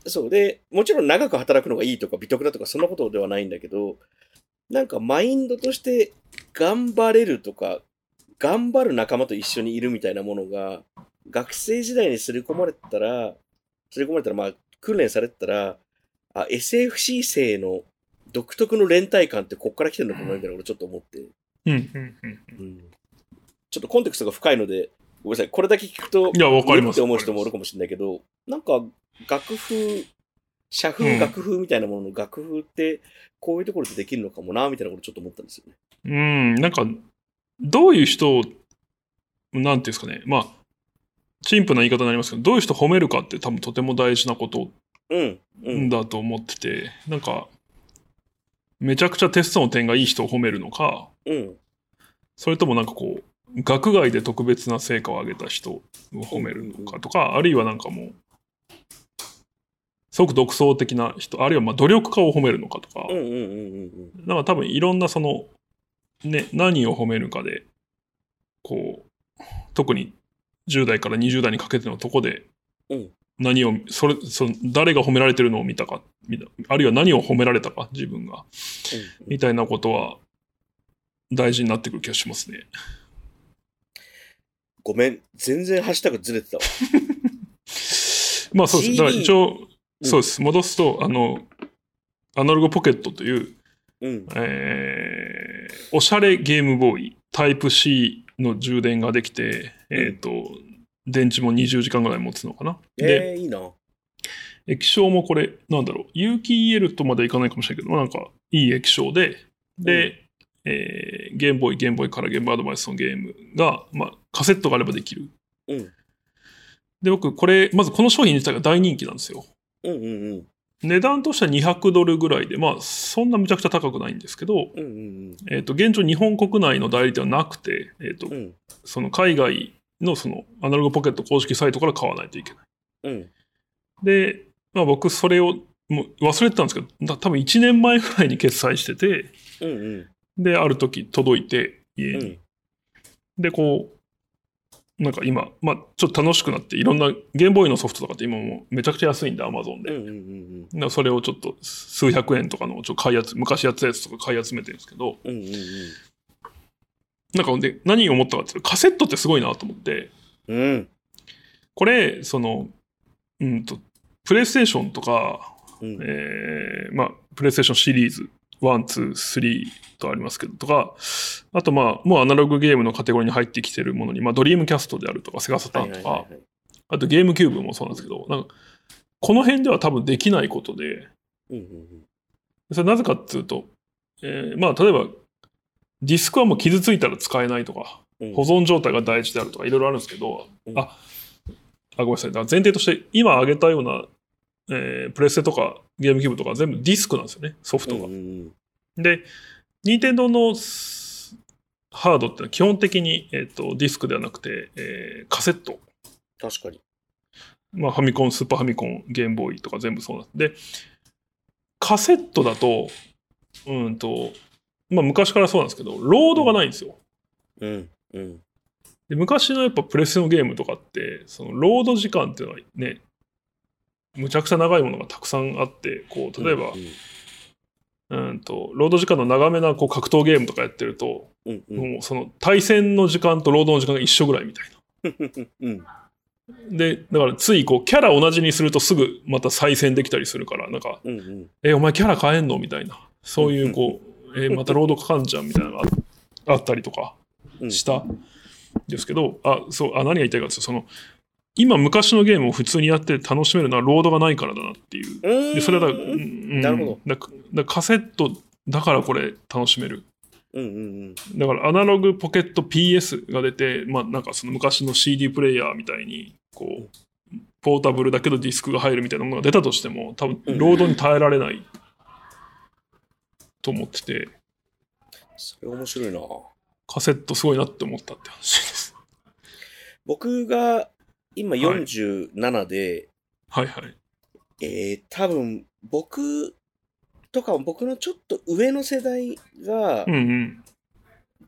Speaker 1: そうで、もちろん長く働くのがいいとか美徳だとかそんなことではないんだけど、なんかマインドとして頑張れるとか、頑張る仲間と一緒にいるみたいなものが、学生時代に刷り込まれてたら、刷り込まれたら、まあ、訓練されてたら、あ、SFC 生の独特の連帯感ってこっから来てるのかもなみたいなことをちょっと思って、
Speaker 2: うんうんうん。
Speaker 1: ちょっとコンテクストが深いので、ごめんなさい、これだけ聞くと
Speaker 2: い、や、わかり
Speaker 1: うん
Speaker 2: ま
Speaker 1: っ
Speaker 2: す。
Speaker 1: て思う人もおるかもしれないけど、なんか楽風、社風、
Speaker 2: うん
Speaker 1: 楽風みたいなものの楽風って、こういうところでできるのかもな、みたいなことちょっと思ったんですよね。
Speaker 2: うん、なんか、どういう人を、なんていうんですかね、まあ、陳腐な言い方になりますけど、どういう人を褒めるかって多分とても大事なこと
Speaker 1: うん、うん。
Speaker 2: だと思ってて、なんか、めちゃくちゃテストの点がいい人を褒めるのか、
Speaker 1: うん。
Speaker 2: それともなんかこう、学外で特別な成果を上げた人を褒めるのかとか、あるいはなんかもう、すごく独創的な人、あるいはまあ努力家を褒めるのかとか、
Speaker 1: うんうんうんうん
Speaker 2: だから多分いろんなその、ね、何を褒めるかで、こう、特に10代から20代にかけてのとこで、
Speaker 1: うん
Speaker 2: 何を、それ、その、誰が褒められてるのを見たか、みたあるいは何を褒められたか、自分が、
Speaker 1: うん。
Speaker 2: みたいなことは、大事になってくる気がしますね。
Speaker 1: ごめん、全然ハッシュタグずれてたわ。
Speaker 2: まあそうです。
Speaker 1: CD
Speaker 2: だから一応、
Speaker 1: うん
Speaker 2: そうです。戻すと、あの、アナログポケットという、
Speaker 1: うん。
Speaker 2: えーおしゃれゲームボーイ、タイプ C の充電ができて、
Speaker 1: ん
Speaker 2: えっ、と、電池も20時間ぐらい持つのかな。で、
Speaker 1: えー、いいな。
Speaker 2: 液晶もこれ、なんだろう、有機 EL とまではいかないかもしれないけど、なんか、いい液晶で、で、えーゲームボーイ、ゲームボーイからゲームアドバイスのゲームが、まあ、カセットがあればできる。
Speaker 1: うん。
Speaker 2: で、僕、これ、まずこの商品自体が大人気なんですよ。
Speaker 1: うんうんうん。
Speaker 2: 値段としては200ドルぐらいで、まあ、そんなむちゃくちゃ高くないんですけど、
Speaker 1: うんうん
Speaker 2: えっ、と、現状日本国内の代理店はなくて、えっ、と
Speaker 1: うん。う、ん。
Speaker 2: その海外のそのアナログポケット公式サイトから買わないといけない。
Speaker 1: うん。
Speaker 2: で、まあ僕それをもう忘れてたんですけど、だ多分1年前ぐらいに決済してて、
Speaker 1: うんうん。
Speaker 2: で、ある時届いて、家に。
Speaker 1: うん
Speaker 2: で、こう、なんか今、まあちょっと楽しくなって、いろんなゲームボーイのソフトとかって今もうめちゃくちゃ安いんで、アマゾン
Speaker 1: うんう
Speaker 2: で。
Speaker 1: んうん
Speaker 2: でそれをちょっと数百円とかのちょっと買い集め昔やってたやつとか買い集めてるんですけど、
Speaker 1: うんうんうん
Speaker 2: なんかで何を思ったかっていうとカセットってすごいなと思って、
Speaker 1: うんうん
Speaker 2: これ、その、うんと、プレイステーションとか、
Speaker 1: うんうん
Speaker 2: えーまあ、プレイステーションシリーズ、1、2、3とありますけど、とか、あとまあ、もうアナログゲームのカテゴリーに入ってきてるものに、まあ、ドリームキャストであるとか、セガサタ
Speaker 1: はい
Speaker 2: ー
Speaker 1: はい
Speaker 2: ンとか、
Speaker 1: はいはい
Speaker 2: あとゲームキューブもそうなんですけど、なんか、この辺では多分できないことで、
Speaker 1: うんうん
Speaker 2: それなぜかっていうと、えーまあ、例えば、ディスクはもう傷ついたら使えないとか、
Speaker 1: うん
Speaker 2: 保存状態が大事であるとかいろいろあるんですけど、
Speaker 1: うん
Speaker 2: ああごめんなさいだから前提として今挙げたような、えープレステとかゲームキューブとか全部ディスクなんですよねソフトが、
Speaker 1: うんうん
Speaker 2: で任天堂のスハードってのは基本的に、えー、とディスクではなくて、えーカセット、
Speaker 1: 確かに。
Speaker 2: まあ、ファミコンスーパーファミコンゲームボーイとか全部そうなんですでカセットだとうんとまあ昔からそうなんですけどロードがないんですよ、
Speaker 1: うんうん
Speaker 2: で昔のやっぱプレステのゲームとかってそのロード時間っていうのはねむちゃくちゃ長いものがたくさんあってこう例えば、
Speaker 1: うん
Speaker 2: うん、とロード時間の長めなこう格闘ゲームとかやってると、
Speaker 1: うんうん
Speaker 2: もうその対戦の時間とロードの時間が一緒ぐらいみたい
Speaker 1: うん
Speaker 2: なでだからついこうキャラ同じにするとすぐまた再戦できたりするからなんか
Speaker 1: うんうん
Speaker 2: 「えお前キャラ変えんの?」みたいなそういうこう「えまたロードかかんじゃん」みたいなのがああったりとか
Speaker 1: うん
Speaker 2: したんですけど、あそうあ何が言いたいかというとその今昔のゲームを普通にやって楽しめるのはロードがないからだなっていう
Speaker 1: うーん
Speaker 2: でそれはだから、うんうん
Speaker 1: なるほ
Speaker 2: だからだからカセットだからこれ楽しめる
Speaker 1: うんうん
Speaker 2: だからアナログポケット PS が出てまあなんかその昔の CD プレイヤーみたいにこうポータブルだけどディスクが入るみたいなものが出たとしても多分ロードに耐えられないと思ってて
Speaker 1: それ面白いな。
Speaker 2: カセットすごいなって思ったって話です
Speaker 1: 僕が今
Speaker 2: い
Speaker 1: 47で、
Speaker 2: はいはい
Speaker 1: えー多分僕とか僕のちょっと上の世代が
Speaker 2: うんうん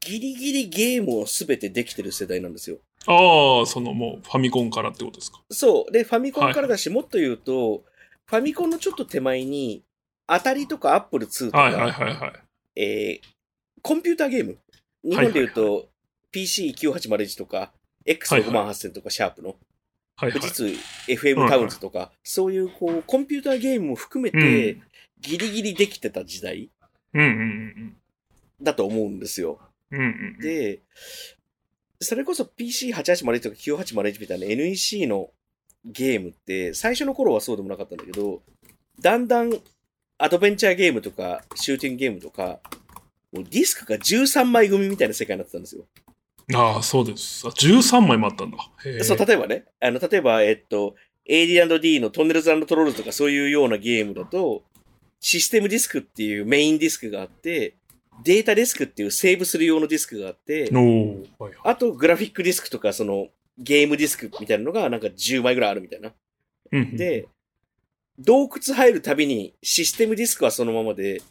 Speaker 1: ギリギリゲームを全てできてる世代なんですよ。
Speaker 2: ああ、そのもうファミコンからってことですか。
Speaker 1: そう。で、ファミコンからだし、もっと言うと、ファミコンのちょっと手前に、当たりとかアップル2とか、
Speaker 2: はいはいはいはい。
Speaker 1: えーコンピューターゲーム。日本で言うと、PC9801 とか、X68000 とか、シャープの、
Speaker 2: はいはい
Speaker 1: 富士。通 FM タウンズとか、そういうこう、コンピューターゲームも含めて
Speaker 2: う、
Speaker 1: ギリギリできてた時代
Speaker 2: うんうん
Speaker 1: だと思うんですよ。
Speaker 2: うんうん。うんうん
Speaker 1: で、それこそ PC8801 とか9801みたいな NEC のゲームって、最初の頃はそうでもなかったんだけど、だんだんアドベンチャーゲームとか、シューティングゲームとか、もうディスクが13枚組みたいな世界になってたんですよ。
Speaker 2: うん。ああ、そうです。あ13枚もあったんだ。へえ
Speaker 1: そう、例えばね、あの、例えば、えっと、AD&D のトンネルズトロールズとかそういうようなゲームだと、システムディスクっていうメインディスクがあって、データディスクっていうセーブする用のディスクがあって、
Speaker 2: おーはいはい
Speaker 1: あと、グラフィックディスクとか、その、ゲームディスクみたいなのが、なんか10枚ぐらいあるみたいな。
Speaker 2: うんうん、
Speaker 1: で、洞窟入るたびに、システムディスクはそのままで、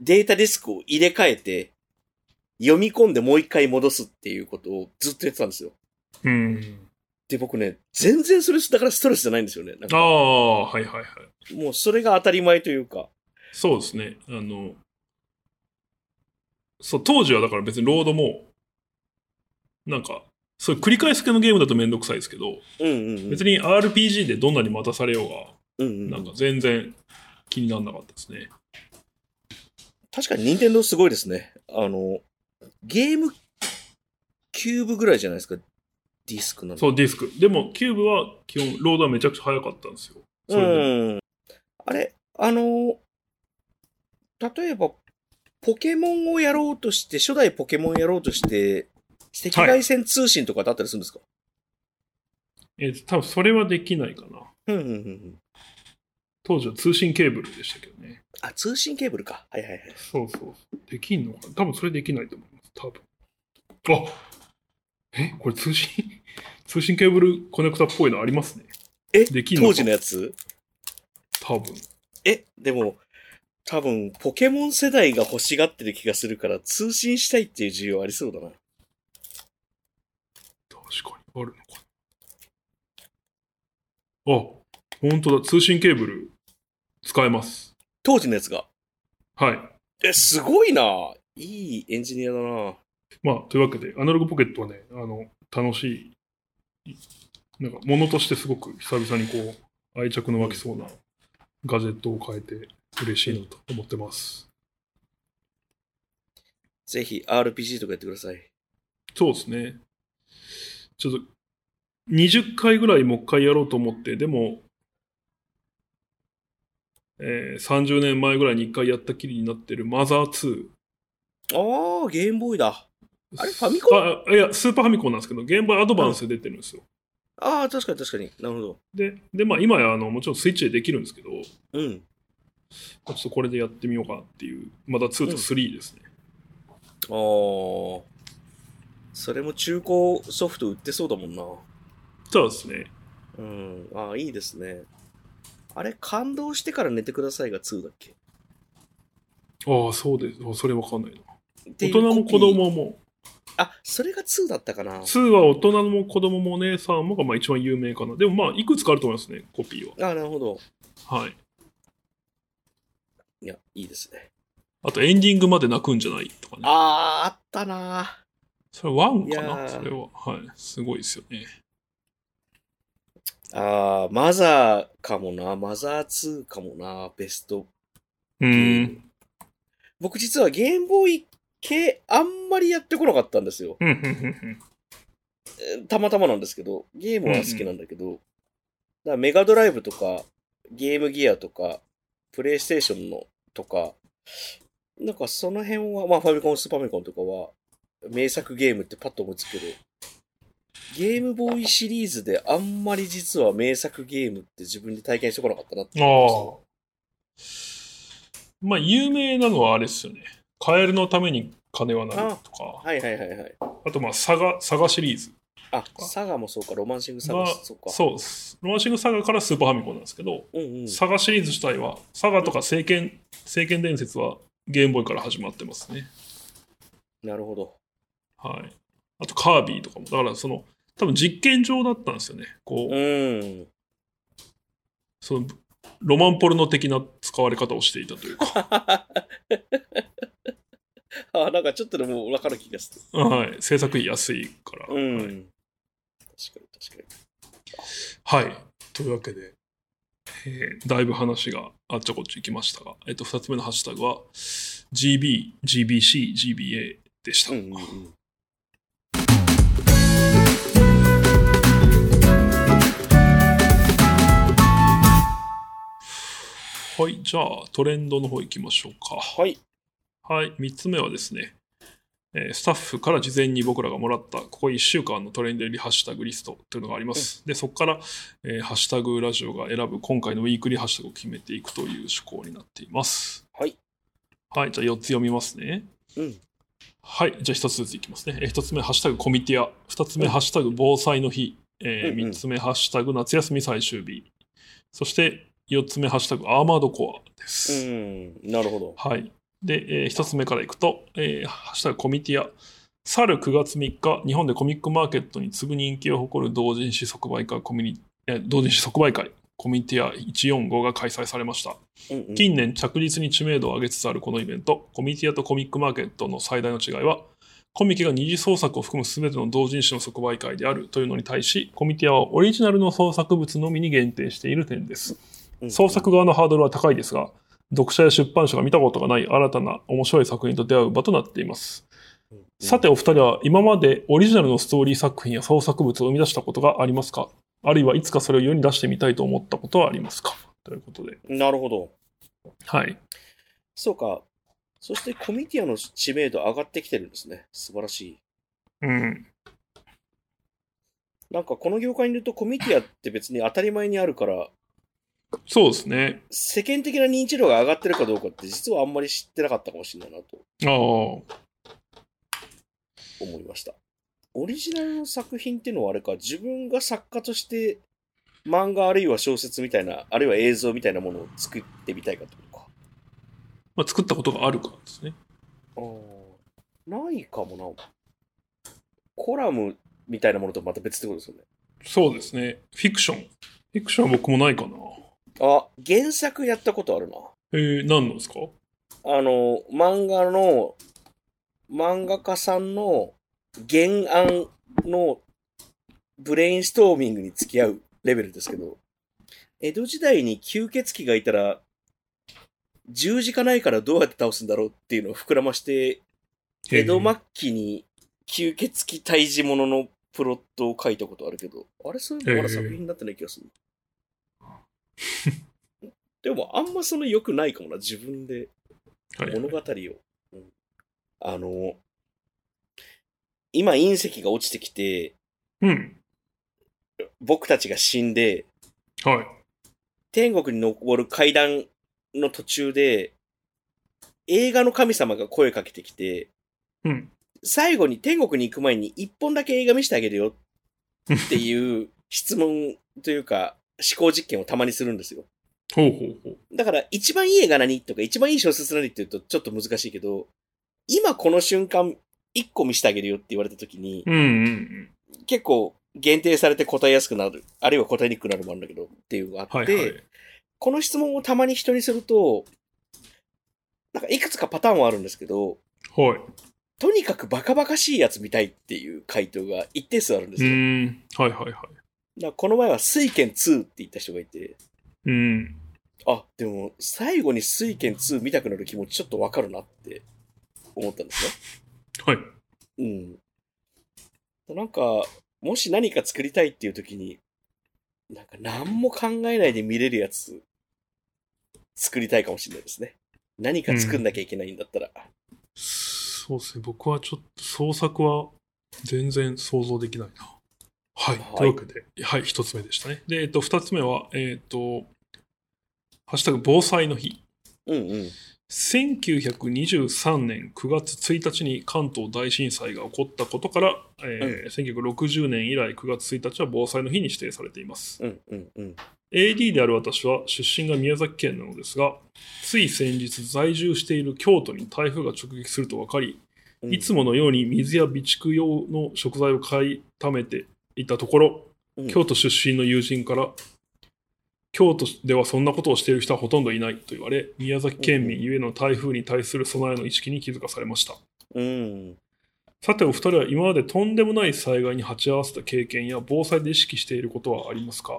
Speaker 1: データディスクを入れ替えて、読み込んでもう一回戻すっていうことをずっとやってたんですよ。
Speaker 2: うん。
Speaker 1: で、僕ね、全然それ、だからストレスじゃないんですよね。なん
Speaker 2: あ
Speaker 1: か
Speaker 2: あ、はいはいはい。
Speaker 1: もうそれが当たり前というか。
Speaker 2: そうですね。あの、そう、当時はだから別にロードも、なんか、そういう繰り返す系のゲームだとめんどくさいですけど、
Speaker 1: うんうんうん。
Speaker 2: 別に RPG でどんなに待たされよ
Speaker 1: う
Speaker 2: う
Speaker 1: んうん、
Speaker 2: が、なんか全然気にならなかったですね。
Speaker 1: 確かに任天堂すごいですね。あの、ゲームキューブぐらいじゃないですか。ディスクなの。
Speaker 2: そう、ディスク。でも、キューブは基本、ロードはめちゃくちゃ早かったんですよ。それで
Speaker 1: うん。あれ、あの、例えば、ポケモンをやろうとして、初代ポケモンやろうとして、赤外線通信とかだったりするんですか、
Speaker 2: えー多分それはできないかな。
Speaker 1: うんうんうんうん。
Speaker 2: 当時は通信ケーブルでしたけどね。
Speaker 1: あ、通信ケーブルか。はいはいはい。
Speaker 2: そうそう。できんのかな多分それできないと思います。多 分。あえこれ通信通信ケーブルコネクタっぽいのありますね。
Speaker 1: え
Speaker 2: できんのか
Speaker 1: 当時のやつ
Speaker 2: 多分。
Speaker 1: えでも、多分、ポケモン世代が欲しがってる気がするから、通信したいっていう需要ありそうだな。
Speaker 2: 確かにあるのかなあ本当だ通信ケーブル使えます
Speaker 1: 当時のやつが。
Speaker 2: はい
Speaker 1: え、すごいな。いいエンジニアだな。
Speaker 2: まあというわけでアナログポケットはねあの楽しいなんかものとしてすごく久々にこう愛着の湧きそうなガジェットを変えて嬉しいなと思ってます、
Speaker 1: ぜひ RPG とかやってください。
Speaker 2: そうですねちょっと20回ぐらいもう一回やろうと思ってでもえー30年前ぐらいに1回やったきりになってるマザー2
Speaker 1: ああ、ゲームボーイだ。あれファミコ
Speaker 2: ンいや、スーパーファミコンなんですけど、ゲームボーイアドバンスで出てるんですよ。
Speaker 1: ああ、確かに確かになるほど。
Speaker 2: で、でまあ、今やあのもちろんスイッチでできるんですけど、ま
Speaker 1: うん。
Speaker 2: あちょっとこれでやってみようかなっていう、まだ2と3ですね。
Speaker 1: ああ。それも中古ソフト売ってそうだもんな。
Speaker 2: そうですね。
Speaker 1: うん。ああ、いいですね。あれ、感動してから寝てくださいが2だっけ
Speaker 2: ああ、そうです。あそれわかんないな。
Speaker 1: ってい
Speaker 2: 大
Speaker 1: う
Speaker 2: 人も
Speaker 1: コピ
Speaker 2: 子
Speaker 1: ー
Speaker 2: 供も、
Speaker 1: あ、それが2だったかな。
Speaker 2: 2は大人も子供もお姉さんもがまあ一番有名かな。でもまあ、いくつかあると思いますね、コピー
Speaker 1: ああ、なるほど。
Speaker 2: は。はい。
Speaker 1: いや、いいですね。
Speaker 2: あと、エンディングまで泣くんじゃないとかね。
Speaker 1: ああ、あったな。
Speaker 2: それ1か
Speaker 1: いや
Speaker 2: な
Speaker 1: ー
Speaker 2: それは。はい。すごいですよね。
Speaker 1: ああ、マザーかもな。マザー2かもな。ベスト
Speaker 2: う
Speaker 1: ゲ
Speaker 2: ー
Speaker 1: ー
Speaker 2: ん。
Speaker 1: ム。僕実はゲームボーイ系あんまりやってこなかったんですよ。
Speaker 2: うん、うん、うん
Speaker 1: えーたまたまなんですけど、ゲームは好きなんだけど、だからメガドライブとか、ゲームギアとか、プレイステーションのとか、なんかその辺は、まあファミコン、スーパーファミコンとかは、名作ゲームってパッと思いつくけど、ゲームボーイシリーズであんまり実は名作ゲームって自分で体験してこなかったなって
Speaker 2: うん。ああ。まあ、有名なのはあれですよね。カエルのために金はなるとか、あ
Speaker 1: はいはいはいはい。
Speaker 2: と、まあ、サガ、サガシリーズ
Speaker 1: あ、
Speaker 2: か
Speaker 1: サガもそうか、ロマンシングサガ
Speaker 2: が、
Speaker 1: そうか。
Speaker 2: そうです。ロマンシングサガからスーパーファミコンなんですけど、
Speaker 1: う。んうん。
Speaker 2: サガシリーズ自体は、サガとか聖剣、聖剣伝説はゲームボーイから始まってますね。
Speaker 1: なるほど。
Speaker 2: はい。あと、カービィとかも、だから、その、多分実験場だったんですよね。こ
Speaker 1: う
Speaker 2: う、
Speaker 1: ん。
Speaker 2: その、ロマンポルノ的な使われ方をしていたとい うか、
Speaker 1: あ、なんかちょっとでも分かる気がする。
Speaker 2: はい。制作費安いから。
Speaker 1: うん。
Speaker 2: はい
Speaker 1: 確かに確か
Speaker 2: はい。というわけで、えーだいぶ話があっちゃこっち行きましたが、えっと、2つ目のハッシュタグは GB、GBC、GBA でした。
Speaker 1: に。うんうんうん。
Speaker 2: はい。じゃあ、トレンドの方行きましょうか。
Speaker 1: はい。
Speaker 2: はい、3つ目はですね、えースタッフから事前に僕らがもらった、ここ1週間のトレンド入りハッシュタグリストというのがあります。で、そこから、えーハッシュタグラジオが選ぶ今回のウィークリーハッシュタグを決めていくという趣向になっています。
Speaker 1: はい。
Speaker 2: はい、じゃあ4つ読みますね。
Speaker 1: うん。
Speaker 2: はい、じゃあ1つずついきますね。え1つ目、ハッシュタグコミティア。2つ目、ハッシュタグ防災の日。え
Speaker 1: うんうん
Speaker 2: 3つ目、ハッシュタグ夏休み最終日。そして、4つ目、ハッシュタグアーマードコアです。
Speaker 1: うん。なるほど。
Speaker 2: はい。で、え1つ目からいくと、えーハッシュタグコミティア。去る9月3日、日本でコミックマーケットに次ぐ人気を誇る同人誌即売会コミュニ、えー同人誌即売会、コミティア145が開催されました。
Speaker 1: うんうん、
Speaker 2: 近年着実に知名度を上げつつあるこのイベント、コミティアとコミックマーケットの最大の違いは、コミケが二次創作を含む全ての同人誌の即売会であるというのに対し、コミティアはオリジナルの創作物のみに限定している点です。
Speaker 1: うんうん
Speaker 2: 創作側のハードルは高いですが、読者や出版社が見たことがない新たな面白い作品と出会う場となっています。さ、てお二人は今までオリジナルのストーリー作品や創作物を生み出したことがありますかあるいはいつかそれを世に出してみたいと思ったことはありますかということで。
Speaker 1: うんなるほど。
Speaker 2: はい。
Speaker 1: そうか。そしてコミティアの知名度上がってきてるんですね。素晴らしい。
Speaker 2: うん。
Speaker 1: なんかこの業界にいるとコミティアって別に当たり前にあるから、
Speaker 2: そうですね。
Speaker 1: 世間的な認知度が上がってるかどうかって実はあんまり知ってなかったかもしれないなと
Speaker 2: ああ。
Speaker 1: 思いました。オリジナルの作品っていうのはあれか、自分が作家として漫画あるいは小説みたいな、あるいは映像みたいなものを作ってみたいかとか。
Speaker 2: まあ、作ったことがあるからですね。
Speaker 1: あーないかもな。コラムみたいなものとまた別ってことですよね。
Speaker 2: そうですね。フィクション。フィクションは僕もないかな。
Speaker 1: あ、原作やったことあるな。
Speaker 2: えー、何なんですか
Speaker 1: あの、漫画の、漫画家さんの原案のブレインストーミングに付き合うレベルですけど、江戸時代に吸血鬼がいたら、十字架ないからどうやって倒すんだろうっていうのを膨らまして、江戸末期に吸血鬼退治もののプロットを書いたことあるけど、あれそういうのまだ作品になってない気がする。 でもあんまその良くないかもな、自分で
Speaker 2: はい
Speaker 1: 物語を。うんあの、今隕石が落ちてきて、
Speaker 2: うん。
Speaker 1: 僕たちが死んで、
Speaker 2: はい。
Speaker 1: 天国に登る階段の途中で、映画の神様が声かけてきて、
Speaker 2: うん。
Speaker 1: 最後に天国に行く前に一本だけ映画見せてあげるよっていう質問というか思考実験をたまにするんですよ。
Speaker 2: ほうほうほう。
Speaker 1: だから一番いい映画何とか一番いい小説何って言うとちょっと難しいけど、今この瞬間一個見せてあげるよって言われた時に
Speaker 2: うんうんうん。
Speaker 1: 結構限定されて答えやすくなる、あるいは答えにくくなるもあるんだけどっていうのがあって、
Speaker 2: はいはい。
Speaker 1: この質問をたまに人にすると、なんかいくつかパターンはあるんですけど、
Speaker 2: はい。
Speaker 1: とにかくバカバカしいやつ見たいっていう回答が一定数あるんで
Speaker 2: う
Speaker 1: すよ。
Speaker 2: ーん。はいはいはい。
Speaker 1: だからこの前は水剣2って言った人がいて、
Speaker 2: うん。
Speaker 1: あ、でも最後に水剣2見たくなる気持ちちょっとわかるなって思ったんです
Speaker 2: はい。
Speaker 1: ね。うん。なんか、もし何か作りたいっていう時に、なんか何も考えないで見れるやつ、作りたいかもしれないですね。何か作んなきゃいけないんだったら。
Speaker 2: そうですね。僕はちょっと創作は全然想像できないな。はい。
Speaker 1: はい
Speaker 2: というわけで、はい、一つ目でしたね。で、えっと、二つ目は、えっと、ハッシュタグ防災の日。
Speaker 1: うんうん。
Speaker 2: 1923年9月1日に関東大震災が起こったことから、えー1960年以来9月1日は防災の日に指定されています。
Speaker 1: うんうんうん。
Speaker 2: AD である私は出身が宮崎県なのですが、つい先日在住している京都に台風が直撃すると分かり、いつ
Speaker 1: も、
Speaker 2: ものように水や備蓄用の食材を買い貯めていたところ、
Speaker 1: うん
Speaker 2: 京都出身の友人から、京都ではそんなことをしている人はほとんどいないと言われ、宮崎県民ゆえの台風に対する備えの意識に気づかされました。
Speaker 1: うん。
Speaker 2: さてお二人は今までとんでもない災害に鉢合わせた経験や防災で意識していることはありますか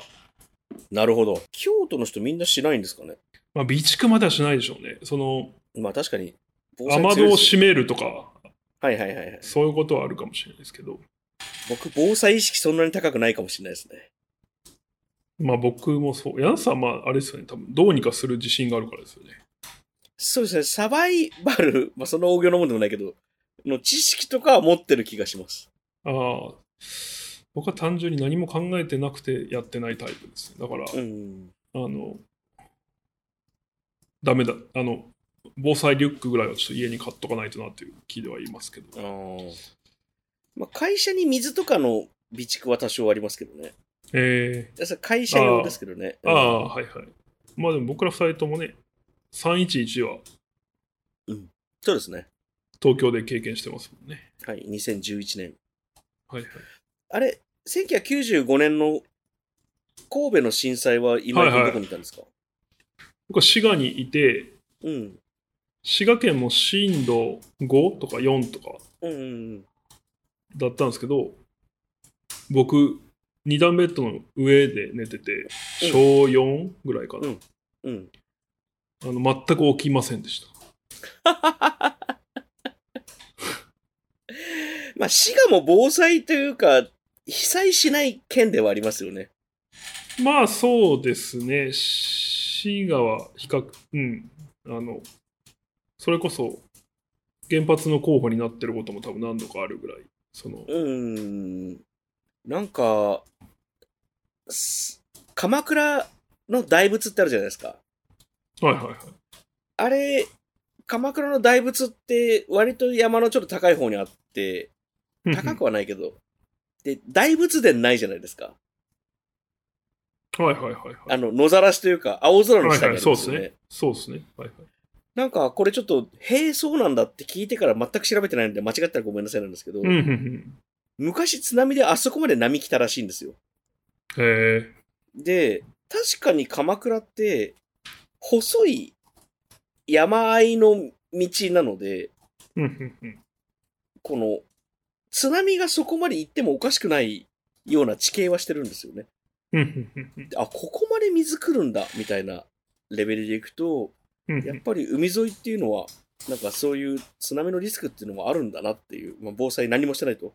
Speaker 1: なるほど。京都の人みんなしないんですかね。
Speaker 2: まあ、備蓄まではしないでしょうね。その、
Speaker 1: まあ確かに。防災強
Speaker 2: 雨
Speaker 1: いですよ
Speaker 2: 戸を閉めるとか、
Speaker 1: はいはいはいはい。
Speaker 2: そういうことはあるかもしれないですけど、
Speaker 1: 僕、防災意識そんなに高くないかもしれないですね。
Speaker 2: まあ僕もそう、ヤンさんはまああれですよね、多分どうにかする自信があるからですよね。
Speaker 1: そうですね、サバイバル、 まあその大行のもんでもないけど、の知識とかは持ってる気がします。
Speaker 2: ああ、僕は単純に何も考えてなくてやってないタイプですね。だから、
Speaker 1: うん。
Speaker 2: あの、ダメだ、あの、防災リュックぐらいはちょっと家に買っとかないとなっていう気ではいますけど。
Speaker 1: あーまあ会社に水とかの備蓄は多少ありますけどね。
Speaker 2: え
Speaker 1: それ会社用ですけどね。
Speaker 2: ー、ああ、はいはい。まあでも僕ら二人ともね、311は
Speaker 1: そうですね。
Speaker 2: 東京で経験してますもんね。
Speaker 1: はい、2011年。
Speaker 2: はいはい。
Speaker 1: あれ、1995年の神戸の震災は今井君どこにいたんですか、
Speaker 2: 僕は滋賀にいて、
Speaker 1: うん。
Speaker 2: 滋賀県も震度5とか4とか
Speaker 1: うんうん
Speaker 2: だったんですけど、僕、二段ベッドの上で寝てて、
Speaker 1: うん
Speaker 2: 小4ぐらいかな。
Speaker 1: うん。うん。
Speaker 2: あの全く起きませんでした。
Speaker 1: まあ、滋賀も防災というか、被災しない県ではありますよね。
Speaker 2: まあそうですね、滋賀は比較、うん、あの、それこそ原発の候補になってることも多分何度かあるぐらい、その、
Speaker 1: うーん。なんか、す鎌倉の大仏ってあるじゃないですか。
Speaker 2: はいはいはい。
Speaker 1: あれ、鎌倉の大仏って割と山のちょっと高い方にあって、
Speaker 2: うんうん
Speaker 1: 高くはないけど、で、大仏殿ないじゃないですか。
Speaker 2: はいはいはいは
Speaker 1: あ
Speaker 2: い。
Speaker 1: の、野ざらしというか、青空の
Speaker 2: はい
Speaker 1: 下
Speaker 2: は
Speaker 1: にあるん
Speaker 2: い、
Speaker 1: です
Speaker 2: そう
Speaker 1: よ
Speaker 2: で
Speaker 1: ね。
Speaker 2: すね。そうですね。はいはい。
Speaker 1: なんか、これちょっと、へえ、そうなんだって聞いてから全く調べてないんで、間違ったらごめんなさいなんですけど、
Speaker 2: うんうんうん。
Speaker 1: 昔津波であそこまで波来たらしいんですよ。
Speaker 2: へえ。
Speaker 1: で、確かに鎌倉って、細い山あいの道なので、
Speaker 2: うんうんうん。
Speaker 1: この、津波がそこまで行ってもおかしくないような地形はしてるんですよね。
Speaker 2: うんうんうんうん
Speaker 1: であ、ここまで水来るんだ、みたいなレベルでいくと、
Speaker 2: うんう
Speaker 1: やっ
Speaker 2: ん。
Speaker 1: ぱり海沿いっていうのは、なんかそういう津波のリスクっていうのもあるんだなっていう、まあ、防災何もしてないと。っ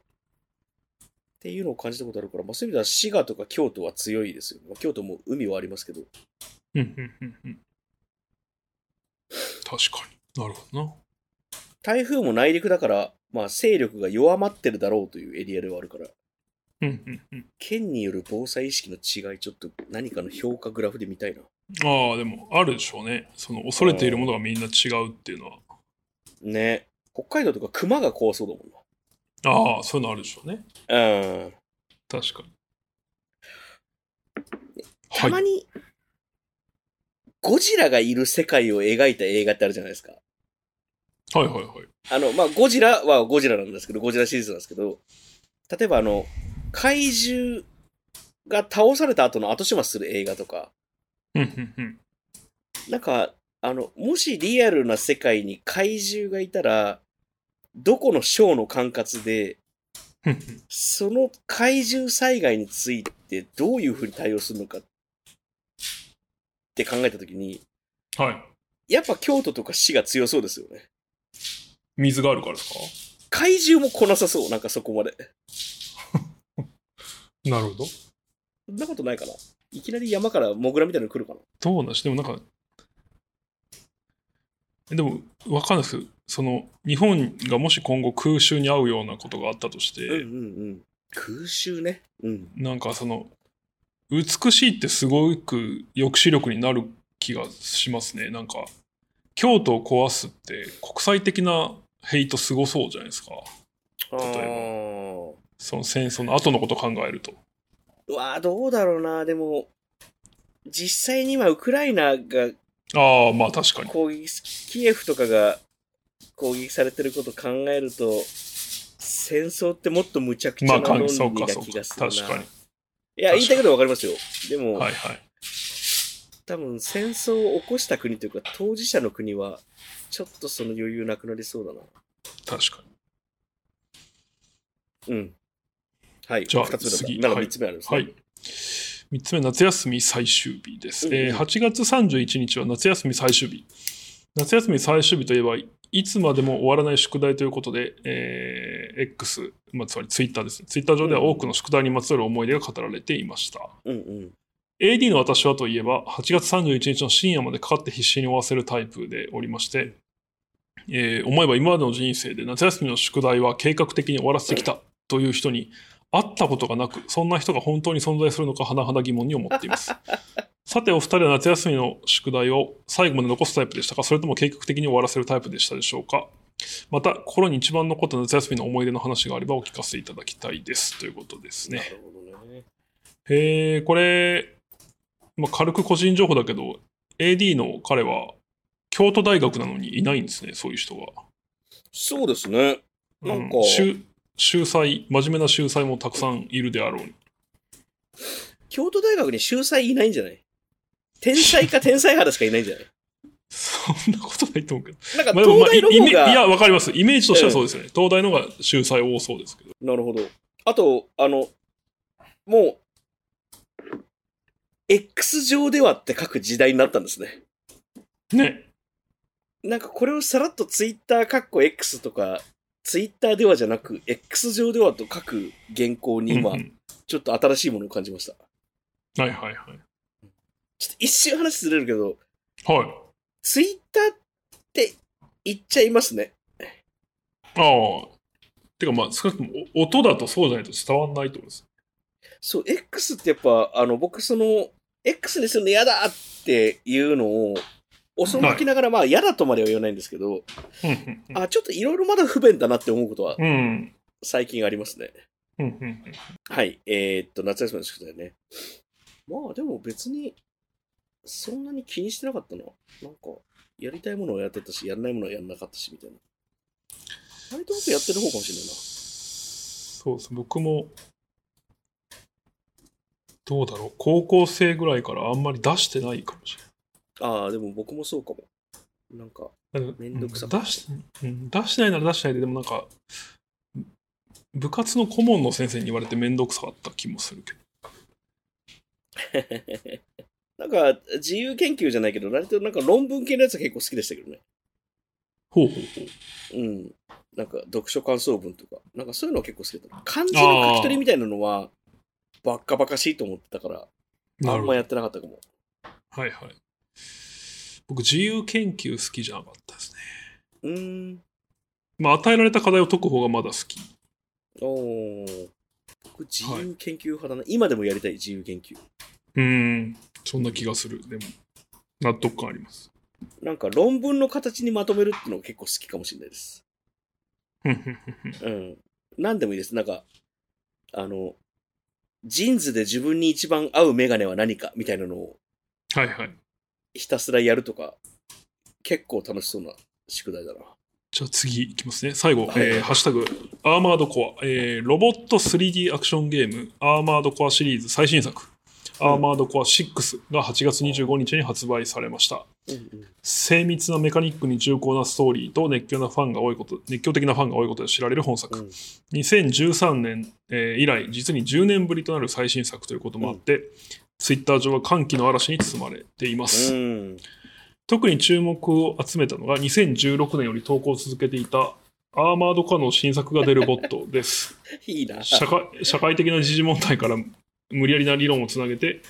Speaker 1: ていうのを感じたことあるから、まあ、そういう意味では滋賀とか京都は強いですよ。まあ、京都も海はありますけど。
Speaker 2: うんうんうんうん。確かになるほどな。
Speaker 1: 台風も内陸だから、まあ、勢力が弱まってるだろうというエリアではあるから、
Speaker 2: うんうんうん。
Speaker 1: 県による防災意識の違い、ちょっと何かの評価グラフで見たいな。
Speaker 2: ああ、でもあるでしょうね。その恐れているものがみんな違うっていうのは。
Speaker 1: ね北海道とか熊が怖そうだもん
Speaker 2: ああ、そういうのあるでしょうね。
Speaker 1: な。うん。
Speaker 2: 確かに。
Speaker 1: たま
Speaker 2: はい。
Speaker 1: に、ゴジラがいる世界を描いた映画ってあるじゃないですか。
Speaker 2: はいはいはい。
Speaker 1: あの、まあ、ゴジラはゴジラなんですけど、ゴジラシリーズなんですけど、例えばあの、怪獣が倒された後の後始末する映画とか、
Speaker 2: うんうんうん。
Speaker 1: なんか、あの、もしリアルな世界に怪獣がいたら、どこの章の管轄で、
Speaker 2: うんうん
Speaker 1: その怪獣災害についてどういうふうに対応するのかって考えたときに、
Speaker 2: はい。
Speaker 1: やっぱ京都とか市が強そうですよね。
Speaker 2: 水があるからですか
Speaker 1: 怪獣も来なさそう、なんかそこまで。
Speaker 2: なるほど。
Speaker 1: そんなことないかないきなり山からモグラみたいなの来るかな
Speaker 2: どうなんでしょうでもなんか、でも、わかんないですけど、その、日本がもし今後空襲に遭うようなことがあったとして、
Speaker 1: うんうんうん。空襲ね。うん。
Speaker 2: なんかその、美しいってすごく抑止力になる気がしますね。なんか、京都を壊すって国際的なヘイトすごそうじゃないですか。
Speaker 1: 例
Speaker 2: えその戦争の後のことを考えると。
Speaker 1: うわあどうだろうな。でも、実際に今、ウクライナが
Speaker 2: ああ、まあ確かに。
Speaker 1: 攻撃す、キエフとかが攻撃されてることを考えると、戦争ってもっと無茶苦
Speaker 2: ま
Speaker 1: 茶
Speaker 2: あ、
Speaker 1: な
Speaker 2: か
Speaker 1: 論
Speaker 2: そう
Speaker 1: 理
Speaker 2: か、
Speaker 1: な
Speaker 2: そう
Speaker 1: 気
Speaker 2: か。
Speaker 1: がするな。
Speaker 2: 確かに。
Speaker 1: いや、言いたいことわかりますよ。でも、
Speaker 2: はいはい。
Speaker 1: 多分戦争を起こした国というか、当事者の国は、ちょっとその余裕なくなりそうだな。
Speaker 2: 確かに。
Speaker 1: うん。はい。
Speaker 2: じゃあ
Speaker 1: 二つ目だった
Speaker 2: 次
Speaker 1: なんか
Speaker 2: は
Speaker 1: 三
Speaker 2: い
Speaker 1: つ目あるんですね。
Speaker 2: はい。3つ目、夏休み最終日です。
Speaker 1: うんうん
Speaker 2: えー8月31日は夏休み最終日。夏休み最終日といえば、いつまでも終わらない宿題ということで、えー X、まあ、つまりツイッターですね。ツイッター上では多くの宿題にまつわる思い出が語られていました。
Speaker 1: うんうん。
Speaker 2: AD の私はといえば、8月31日の深夜までかかって必死に終わらせるタイプでおりまして、えー思えば今までの人生で夏休みの宿題は計画的に終わらせてきたという人に会ったことがなく、そんな人が本当に存在するのか、甚だ疑問に思っています。さて、お二人は夏休みの宿題を最後まで残すタイプでしたか、それとも計画的に終わらせるタイプでしたでしょうか。また、心に一番残った夏休みの思い出の話があればお聞かせいただきたいです。ということですね。
Speaker 1: なるほどね。
Speaker 2: へえ、これ、まあ、軽く個人情報だけど、AD の彼は、京都大学なのにいないんですね、そういう人が。
Speaker 1: そうですね。なんか
Speaker 2: う秀秀才、真面目な秀才もたくさんいるであろうに。
Speaker 1: 京都大学に秀才いないんじゃない天才か天才派しかいないん じゃない
Speaker 2: そんなことないと思うけど。
Speaker 1: なんか
Speaker 2: まあ、でも、まあ、
Speaker 1: 東
Speaker 2: い
Speaker 1: 大の
Speaker 2: イメ
Speaker 1: 方
Speaker 2: いや、
Speaker 1: が、
Speaker 2: わかります。イメージとしてはそうですよね。東大の方が秀才多そうですけど。
Speaker 1: なるほど。あと、あの、もう、X 上ではって書く時代になったんですね。
Speaker 2: ね。
Speaker 1: なんかこれをさらっと Twitter かっこ X とか、Twitter ではじゃなく、X 上ではと書く原稿に今
Speaker 2: うんう、ん
Speaker 1: ちょっと新しいものを感じました。
Speaker 2: はいはいはい。
Speaker 1: ちょっと一瞬話ずれるけど、
Speaker 2: はい。
Speaker 1: ツイッターって言っちゃいますね。
Speaker 2: ああ。てか、まあ、少なくとも、お音だとそうじゃないと伝わんないってことです。
Speaker 1: そう、X ってやっぱ、あの、僕その、X にするの嫌だっていうのを、恐れきながら、まあ嫌だとまでは言わないんですけど、
Speaker 2: うんうんうん
Speaker 1: あ、ちょっといろいろまだ不便だなって思うことは
Speaker 2: うん。
Speaker 1: 最近ありますね。
Speaker 2: うんうんうん。
Speaker 1: はい。えーっと、夏休みの宿題ね。まあでも別に、そんなに気にしてなかったな。なんか、やりたいものはやってたし、やらないものはやらなかったし、みたいな。割と僕やってる方かもしれないな。
Speaker 2: そうです僕もどうだろう高校生ぐらいからあんまり出してないかもし
Speaker 1: ああ、でも僕もそうかも。なんか、
Speaker 2: れない
Speaker 1: めんどくさ
Speaker 2: うん出し、うん、出してないなら出してないででもなんか部活の顧問の先生に言われて面倒くさかった気もするけど
Speaker 1: なんか自由研究じゃないけど、割となんか論文系のやつが結構好きでしたけどね。
Speaker 2: ほうほうほう
Speaker 1: うん。なんか読書感想文とか、なんかそういうのは結構好きだった。漢字の書き取りみたいなのは、バッカバカしいと思ってたから、あ
Speaker 2: なる
Speaker 1: ん
Speaker 2: ほ
Speaker 1: ま
Speaker 2: ど
Speaker 1: やってなかったかも。
Speaker 2: はいはい僕自由研究好きじゃなかったですね
Speaker 1: うーん。
Speaker 2: まあ与えられた課題を解く方がまだ好き
Speaker 1: おー僕、自由研究派だな、今でもやりたい、自由研究。
Speaker 2: うんそんな気がするでも納得感あります
Speaker 1: なんか論文の形にまとめるっていうのが結構好きかもしれないです。
Speaker 2: ふんふんふんふん
Speaker 1: うん。何でもいいです。なんか、あの、ジーンズで自分に一番合うメガネは何かみたいなのを
Speaker 2: はいはい
Speaker 1: ひたすらやるとか、結構楽しそうな宿題だな。
Speaker 2: じゃあ次いきますね。最
Speaker 1: は
Speaker 2: 後、
Speaker 1: い
Speaker 2: えーハッシュタグ、アーマードコア、えーロボット 3D アクションゲーム、アーマードコアシリーズ最新作、アーマードコア6が8月25日に発売されました。精密なメカニックに重厚なストーリーと熱狂なファンが多いこと、熱狂的なファンが多いことで知られる本作。
Speaker 1: うん
Speaker 2: 2013年、えー以来、実に10年ぶりとなる最新作ということもあって、ツイッター上は歓喜の嵐に包まれています。
Speaker 1: うん。
Speaker 2: 特に注目を集めたのが2016年より投稿を続けていたアーマードカの新作が出るボットです。
Speaker 1: いいな。
Speaker 2: 社会社会的な時事問題から無理やりな理論をつなげて、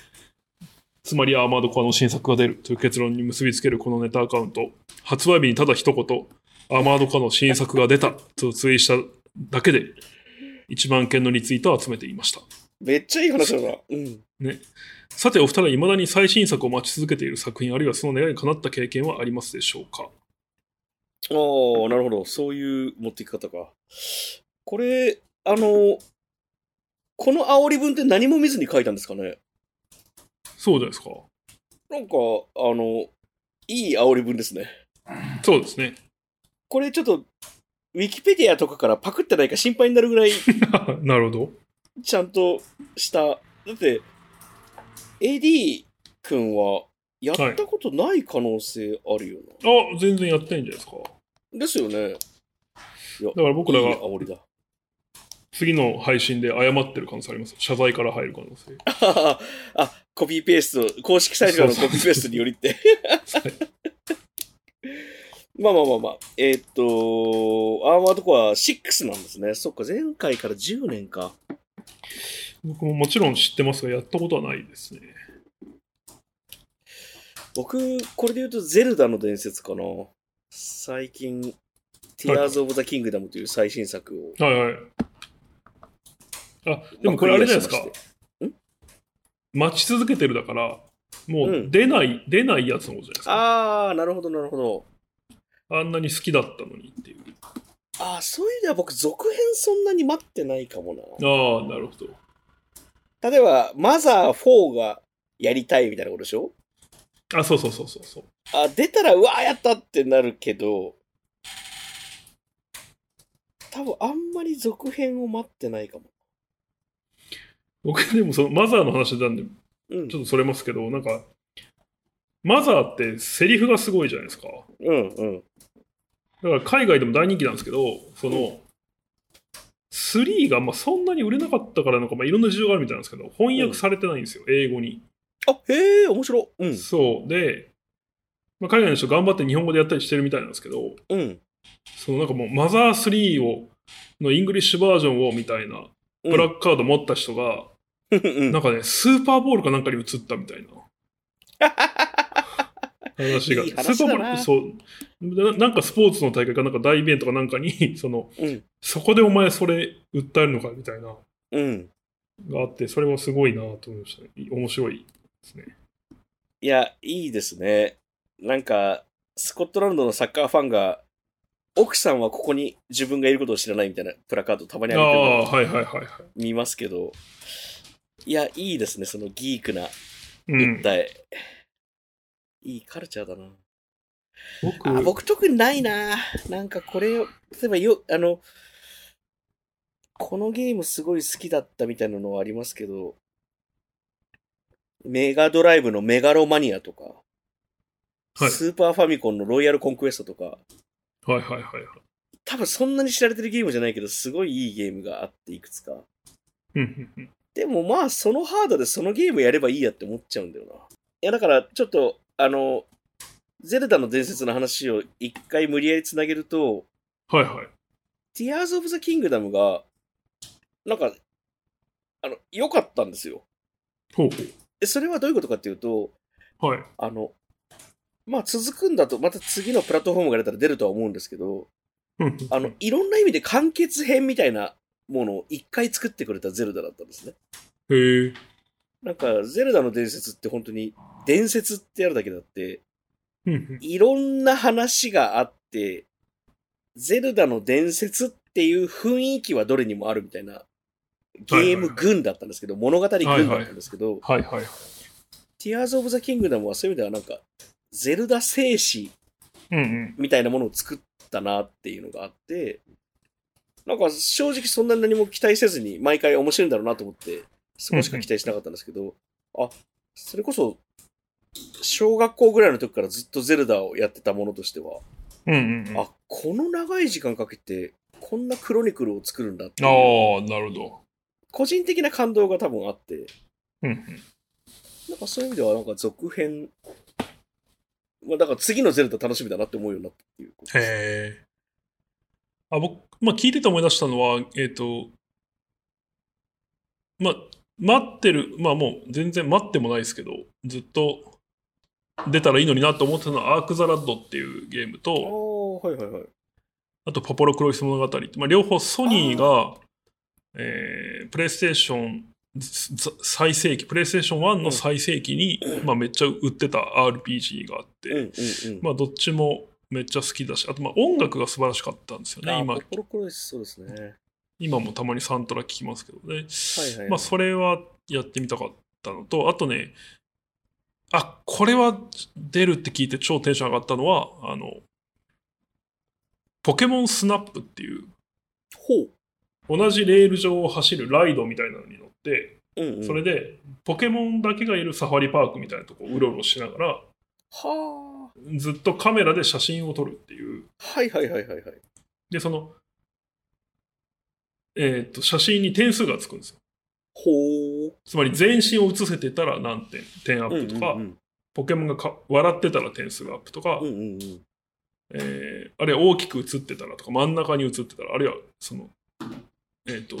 Speaker 2: つまりアーマードコアの新作が出るという結論に結びつけるこのネタアカウント。発売日にただ一言、アーマードコアの新作が出たとツイートしただけで、1万件のリツイートを集めていました。
Speaker 1: めっちゃいい話だな。うん。
Speaker 2: ね。さて、お二人は未だに最新作を待ち続けている作品、あるいはその願いにかなった経験はありますでしょうか
Speaker 1: おー、なるほど。そういう持っていき方か。これ、あの、この煽り文って何も見ずに書いたんですかね
Speaker 2: そうじゃないですか。
Speaker 1: なんか、あの、いい煽り文ですね。
Speaker 2: そうですね。
Speaker 1: これちょっと、ウィキペディアとかからパクってないか心配になるぐ らい、
Speaker 2: なるほど。
Speaker 1: ちゃんとした。だって、AD 君は、やったことない可能性あるよな。
Speaker 2: あ、全然やってないんじゃないですか。
Speaker 1: ですよね。
Speaker 2: だから僕ら
Speaker 1: いい
Speaker 2: が
Speaker 1: 煽りだ。
Speaker 2: 次の配信で謝ってる可能性あります。謝罪から入る可能性。
Speaker 1: あ、コピーペースト、公式サイトからの
Speaker 2: そう
Speaker 1: コ
Speaker 2: そう
Speaker 1: ピーペーストによりっ て。まあまあまあまあ。えーっと、アーマードコア6なんですね。そっか、前回から10年か。
Speaker 2: 僕ももちろん知ってますが、やったことはないですね。
Speaker 1: 僕、これで言うと、ゼルダの伝説かな。最近、Tears of the Kingdom という最新作を。
Speaker 2: はいはい。あ、でもこれあれじゃないです
Speaker 1: まク
Speaker 2: か
Speaker 1: リアしま。
Speaker 2: 待ち続けてるだから、も
Speaker 1: う
Speaker 2: うん出ない、出ないやつのことじゃないですか。
Speaker 1: あー、なるほど、なるほど。
Speaker 2: あんなに好きだったのにっていう。
Speaker 1: あー、そういう意味では僕、続編そんなに待ってないかもな。
Speaker 2: ああ、なるほど。
Speaker 1: 例えば、マザー4がやりたいみたいなことでしょ
Speaker 2: あ、そうそうそうそうそう。
Speaker 1: あ、出たら、うわー、やったってなるけど、多分あんまり続編を待ってないかも。
Speaker 2: 僕でもそのマザーの話なんで、
Speaker 1: うん
Speaker 2: ち。ょっとそれますけど、なんか、マザーってセリフがすごいじゃないですか。
Speaker 1: うん、うん。
Speaker 2: だから海外でも大人気なんですけど、その、3がまあそんなに売れなかったからなのか、まあ、いろんな事情があるみたいなんですけど、翻訳されてないんですよ、英語に。
Speaker 1: あ、へえ、面白。うん、
Speaker 2: そう。で、まあ、海外の人頑張って日本語でやったりしてるみたいなんですけど、
Speaker 1: うん。
Speaker 2: そのなんかもうマザー3を、のイングリッシュバージョンをみたいな、
Speaker 1: うん
Speaker 2: ブラックカード持った人が、
Speaker 1: うん
Speaker 2: なんかね、スーパーボールかなんかに移ったみたいな。話が。
Speaker 1: いい
Speaker 2: スー
Speaker 1: 話
Speaker 2: パー
Speaker 1: だ
Speaker 2: ボー
Speaker 1: な
Speaker 2: ルそうな。なんかスポーツの大会かなんか大イベントかなんかに、その、
Speaker 1: うん
Speaker 2: そこでお前それ訴えるのかみたいな、
Speaker 1: うん。
Speaker 2: があって、それはすごいなと思いましたね。い面白いですね。
Speaker 1: いや、いいですね。なんか、スコットランドのサッカーファンが、奥さんはここに自分がいることを知らないみたいなプラカードたまに
Speaker 2: あ
Speaker 1: あげてるの
Speaker 2: あ、はいはいはいはい。
Speaker 1: 見ますけど、いや、いいですね、そのギークな
Speaker 2: うん
Speaker 1: 一、体、いいカルチャーだな。
Speaker 2: 僕
Speaker 1: あ僕特にないな。なんかこれ、例えばよ、あの、このゲームすごい好きだったみたいなのはありますけど、メガドライブのメガロマニアとか、
Speaker 2: はい
Speaker 1: スーパーファミコンのロイヤルコンクエストとか、
Speaker 2: はいはいはいはい。
Speaker 1: 多分そんなに知られてるゲームじゃないけど、すごいいいゲームがあっていくつか。
Speaker 2: うんうん
Speaker 1: でもまあ、そのハードでそのゲームやればいいやって思っちゃうんだよな。いや、だからちょっと、あの、ゼルダの伝説の話を一回無理やりつなげると、
Speaker 2: うんはいはい。
Speaker 1: ティアーズ・オブ・ザ・キングダムが、なんか、あの、良かったんですよ。
Speaker 2: ほう
Speaker 1: えそれはどういうことかっていうと、
Speaker 2: ほう。はい。
Speaker 1: あの、まあ続くんだと、また次のプラットフォームが出たら出るとは思うんですけど、
Speaker 2: うんうんうん
Speaker 1: あの、いろんな意味で完結編みたいなものを一回作ってくれたゼルダだったんですね。
Speaker 2: へえ。
Speaker 1: なんか、ゼルダの伝説って本当に、伝説ってやるだけだって、
Speaker 2: うんうん
Speaker 1: いろんな話があって、ゼルダの伝説っていう雰囲気はどれにもあるみたいな、ゲーム群だったんですけど、物語群だったんですけど、
Speaker 2: はいはいはい。
Speaker 1: ティアーズ・オブ・ザ・キングダムはそういう意味ではなんか、ゼルダ戦士
Speaker 2: うんうん。
Speaker 1: みたいなものを作ったなっていうのがあって、なんか正直そんなに何も期待せずに毎回面白いんだろうなと思って、そこしか期待しなかったんですけど、あ、それこそ、小学校ぐらいの時からずっとゼルダをやってたものとしては、
Speaker 2: うんうんうん。あ
Speaker 1: あ、この長い時間かけて、こんなクロニクルを作るんだって
Speaker 2: あ
Speaker 1: いう、
Speaker 2: ー、なるほど。
Speaker 1: 個人的な感動が多分あって、
Speaker 2: うんうん。
Speaker 1: なんかそういう意味では、なんか続編、まあ、だから次のゼルダ楽しみだなって思うようになったっていうこと
Speaker 2: へ
Speaker 1: です。
Speaker 2: え。あ、僕、まあ聞いてて思い出したのは、えっ、と、まあ、待ってる、まあもう全然待ってもないですけど、ずっと出たらいいのになと思ってたのは、アーク・ザ・ラッドっていうゲーム
Speaker 1: あ
Speaker 2: と、
Speaker 1: あ、はいはいはい。
Speaker 2: あと、パポロ・クロイス物語って、まあ、両方ソニーが、えープレイステーションずず最盛期、プレイステーション1の最盛期に、まあ、めっちゃ売ってた RPG があって、
Speaker 1: うんうんうん。
Speaker 2: まあ、どっちもめっちゃ好きだし、あと、まあ、音楽が素晴らしかったんですよね。
Speaker 1: あ、
Speaker 2: 今
Speaker 1: 今。、コロコロです、そうですね。
Speaker 2: 今もたまにサントラ聴きますけどね。
Speaker 1: はいはい
Speaker 2: まあ、それはやってみたかったのと、あとね、あ、これは出るって聞いて超テンション上がったのは、あの、ポケモンスナップっていう、
Speaker 1: ほ
Speaker 2: 同じレール上を走るライドみたいなのに乗って、
Speaker 1: う。うん、うん。
Speaker 2: それで、ポケモンだけがいるサファリパークみたいなとこをうろうろしながら、
Speaker 1: はあ。
Speaker 2: ずっとカメラで写真を撮るっていう、
Speaker 1: はいはいはいはいはい。
Speaker 2: で、その、えーっと、写真に点数がつくんですよ。
Speaker 1: ほう。
Speaker 2: つまり全身を写せてたら何点、点アップとか、
Speaker 1: うんうん
Speaker 2: ポケモンがか笑ってたら点数がアップとか、
Speaker 1: うん。うんうんうん
Speaker 2: えーあるいは大きく写ってたらとか、真ん中に写ってたら、あるいはその、えーっと、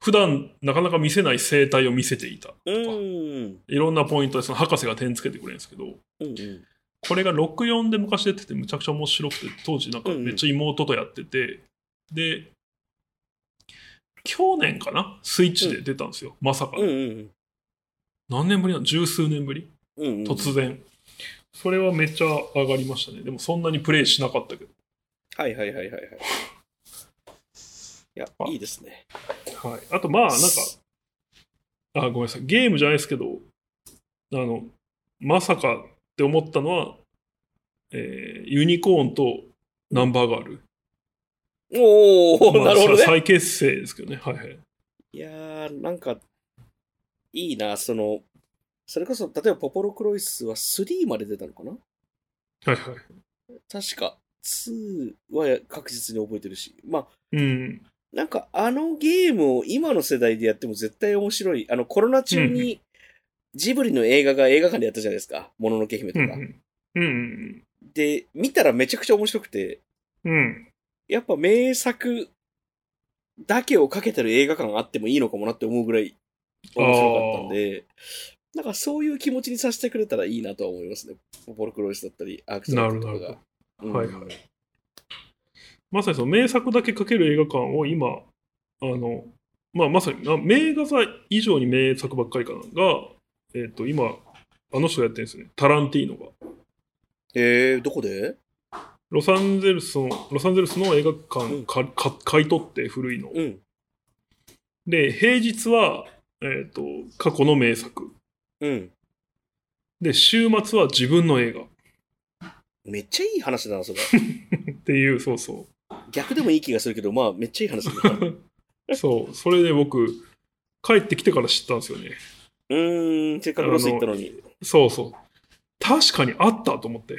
Speaker 2: 普段なかなか見せない生態を見せていたとか、
Speaker 1: うんうん。
Speaker 2: いろんなポイントでその博士が点つけてくれるんですけど、
Speaker 1: うんうん。
Speaker 2: これが64で昔出ててむちゃくちゃ面白くて当時なんかめっちゃ妹とやってて、で去年かなスイッチで出たんですよ、まさか、
Speaker 1: うんうん
Speaker 2: 何年ぶりなの十数年ぶり
Speaker 1: うんうん。
Speaker 2: 突然、それはめっちゃ上がりましたねでもそんなにプレイしなかったけ
Speaker 1: はいはいはいはいはい。いや
Speaker 2: あ、
Speaker 1: いいですね。
Speaker 2: ど、はい、あとまあなんかあごめんなさいゲームじゃないですけどあのまさかって思ったのは、えーユニコーンとナンバーガール、
Speaker 1: おお、
Speaker 2: まあ
Speaker 1: なるほどね。
Speaker 2: 再結成ですけどねはいはい
Speaker 1: いやー、なんか、いいな、その、それこそ、例えばポポロクロイスは3まで出たのかな
Speaker 2: はいはい。
Speaker 1: 確か、2は確実に覚えてるし。まあ、
Speaker 2: うん。
Speaker 1: なんかあのゲームを今の世代でやっても絶対面白い。あの、コロナ中
Speaker 2: うんう
Speaker 1: にジブリの映画が映画館でやったじゃないですか。もののけ姫と
Speaker 2: う
Speaker 1: か。
Speaker 2: ん。うん。
Speaker 1: で、見たらめちゃくちゃ面白くて、
Speaker 2: うん。
Speaker 1: やっぱ名作だけをかけてる映画館あってもいいのかもなって思うぐらい面白かったんで、なんかそういう気持ちにさせてくれたらいいなとは思いますね。ポポロクロイスだったり、アークス
Speaker 2: な
Speaker 1: ラ
Speaker 2: る
Speaker 1: ッ
Speaker 2: ほど。
Speaker 1: ト
Speaker 2: な
Speaker 1: と
Speaker 2: る
Speaker 1: かが。
Speaker 2: ほ
Speaker 1: うん
Speaker 2: ど。はいはい。まさにその名作だけかける映画館を今、あの、まあまさに、な名画座以上に名作ばっかりかなが、えっ、と、今、あの人がやってるんですよね。タランティーノが。
Speaker 1: えー、どこで
Speaker 2: ロサンゼルスの、ロサンゼルスの映画館か、か買い取って、古いの。
Speaker 1: うん。
Speaker 2: で、平日は、えっ、と、過去の名作。
Speaker 1: うん。
Speaker 2: で、週末は自分の映画
Speaker 1: めっちゃいい話だな、それ。
Speaker 2: っていう、そうそ
Speaker 1: 逆でもいい気がするけど、まあ、めっちゃいい話だ な。
Speaker 2: う。そう、それで僕、帰ってきてから知ったんですよね。
Speaker 1: うーん、せっかくロス行ったのに。
Speaker 2: そうそう。確かにあったと思って。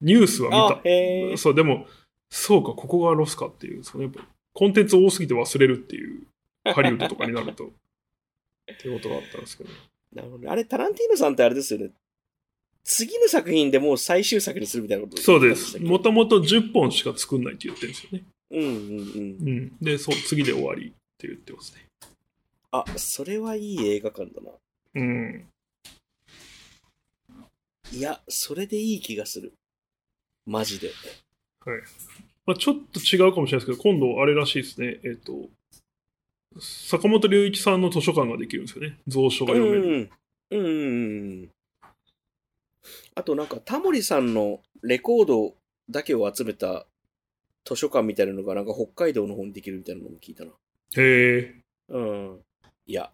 Speaker 2: ニュースは
Speaker 1: あ、
Speaker 2: 見
Speaker 1: へえ
Speaker 2: た。。そう、でも、そうか、ここがロスかっていう、そのやっぱコンテンツ多すぎて忘れるっていう、ハリウッドとかになると。っていうことがあったんですけど。
Speaker 1: なるほどね。あれ、タランティーノさんってあれですよね。次の作品でもう最終作にするみたいなこと
Speaker 2: そうです。
Speaker 1: も
Speaker 2: もともと10本しか作んないって言ってるんですよね。
Speaker 1: うんうんうん。
Speaker 2: うん。で、そう、次で終わりって言ってますね。
Speaker 1: あ、それはいい映画館だな。
Speaker 2: うん。
Speaker 1: いや、それでいい気がする。マジで。
Speaker 2: まあ、ちょっと違うかもしれないですけど、今度あれらしいですね。えっ、と、坂本龍一さんの図書館ができるんですよね。蔵書が
Speaker 1: うん
Speaker 2: 読め
Speaker 1: う
Speaker 2: る。
Speaker 1: ん。うんうんうん。あとなんか、タモリさんのレコードだけを集めた図書館みたいなのがなんか北海道の方にできるみたいなのも聞いたな。
Speaker 2: へえ。
Speaker 1: うん。いや、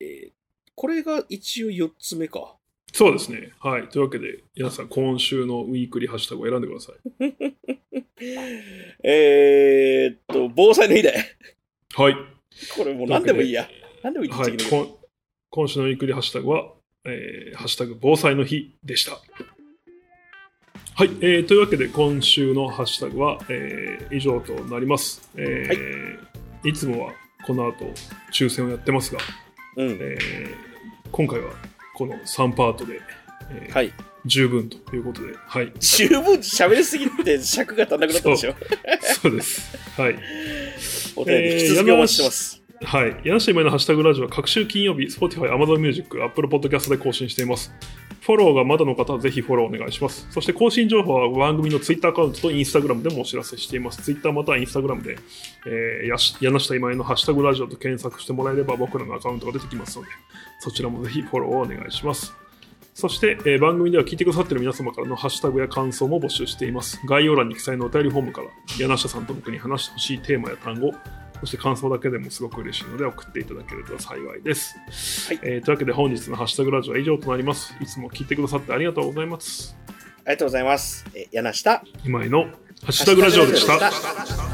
Speaker 1: えーこれが一応4つ目か。
Speaker 2: そうですね。はい。というわけで、皆さん、今週のウィークリーハッシュタグを選んでくださ
Speaker 1: えーっと、防災の日で。
Speaker 2: い。はい。
Speaker 1: これもう何でもいいや
Speaker 2: と。
Speaker 1: 何でもいいって
Speaker 2: は
Speaker 1: 言っ
Speaker 2: い
Speaker 1: ちゃい。けない
Speaker 2: こん今週のウィークリーハッシュタグは、えーハッシュタグ防災の日でした。はい、えーというわけで今週のハッシュタグは、えー以上となります、えーい。つもはこの後抽選をやってますが、
Speaker 1: うん。
Speaker 2: えー今回はこの3パートで、えー
Speaker 1: はい。
Speaker 2: 十分ということで、 はい、
Speaker 1: 十分喋りすぎて尺が足んなくなったでしょ。
Speaker 2: そうです。はい。
Speaker 1: お便り引き続きお待ちしてます。
Speaker 2: はい。柳下今井のハッシュタグラジオは各週金曜日、Spotify、Amazon Music、Apple Podcast で更新しています。フォローがまだの方はぜひフォローお願いします。そして更新情報は番組の Twitter アカウントと Instagram でもお知らせしています。Twitter または Instagram で、えーやし柳下今井のハッシュタグラジオと検索してもらえれば僕らのアカウントが出てきますので、そちらもぜひフォローをお願いします。そして、えー番組では聞いてくださっている皆様からのハッシュタグや感想も募集しています。概要欄に記載のお便りフォームから、柳下さんと僕に話してほしいテーマや単語、そして感想だけでもすごく嬉しいので送っていただけると幸いです。
Speaker 1: はい
Speaker 2: えーというわけで本日のハッシュタグラジオは以上となります。いつも聞いてくださってありがとうございます。
Speaker 1: ありがとうございます。え柳下。
Speaker 2: 今井のハッシュタグラジオでした。
Speaker 1: した。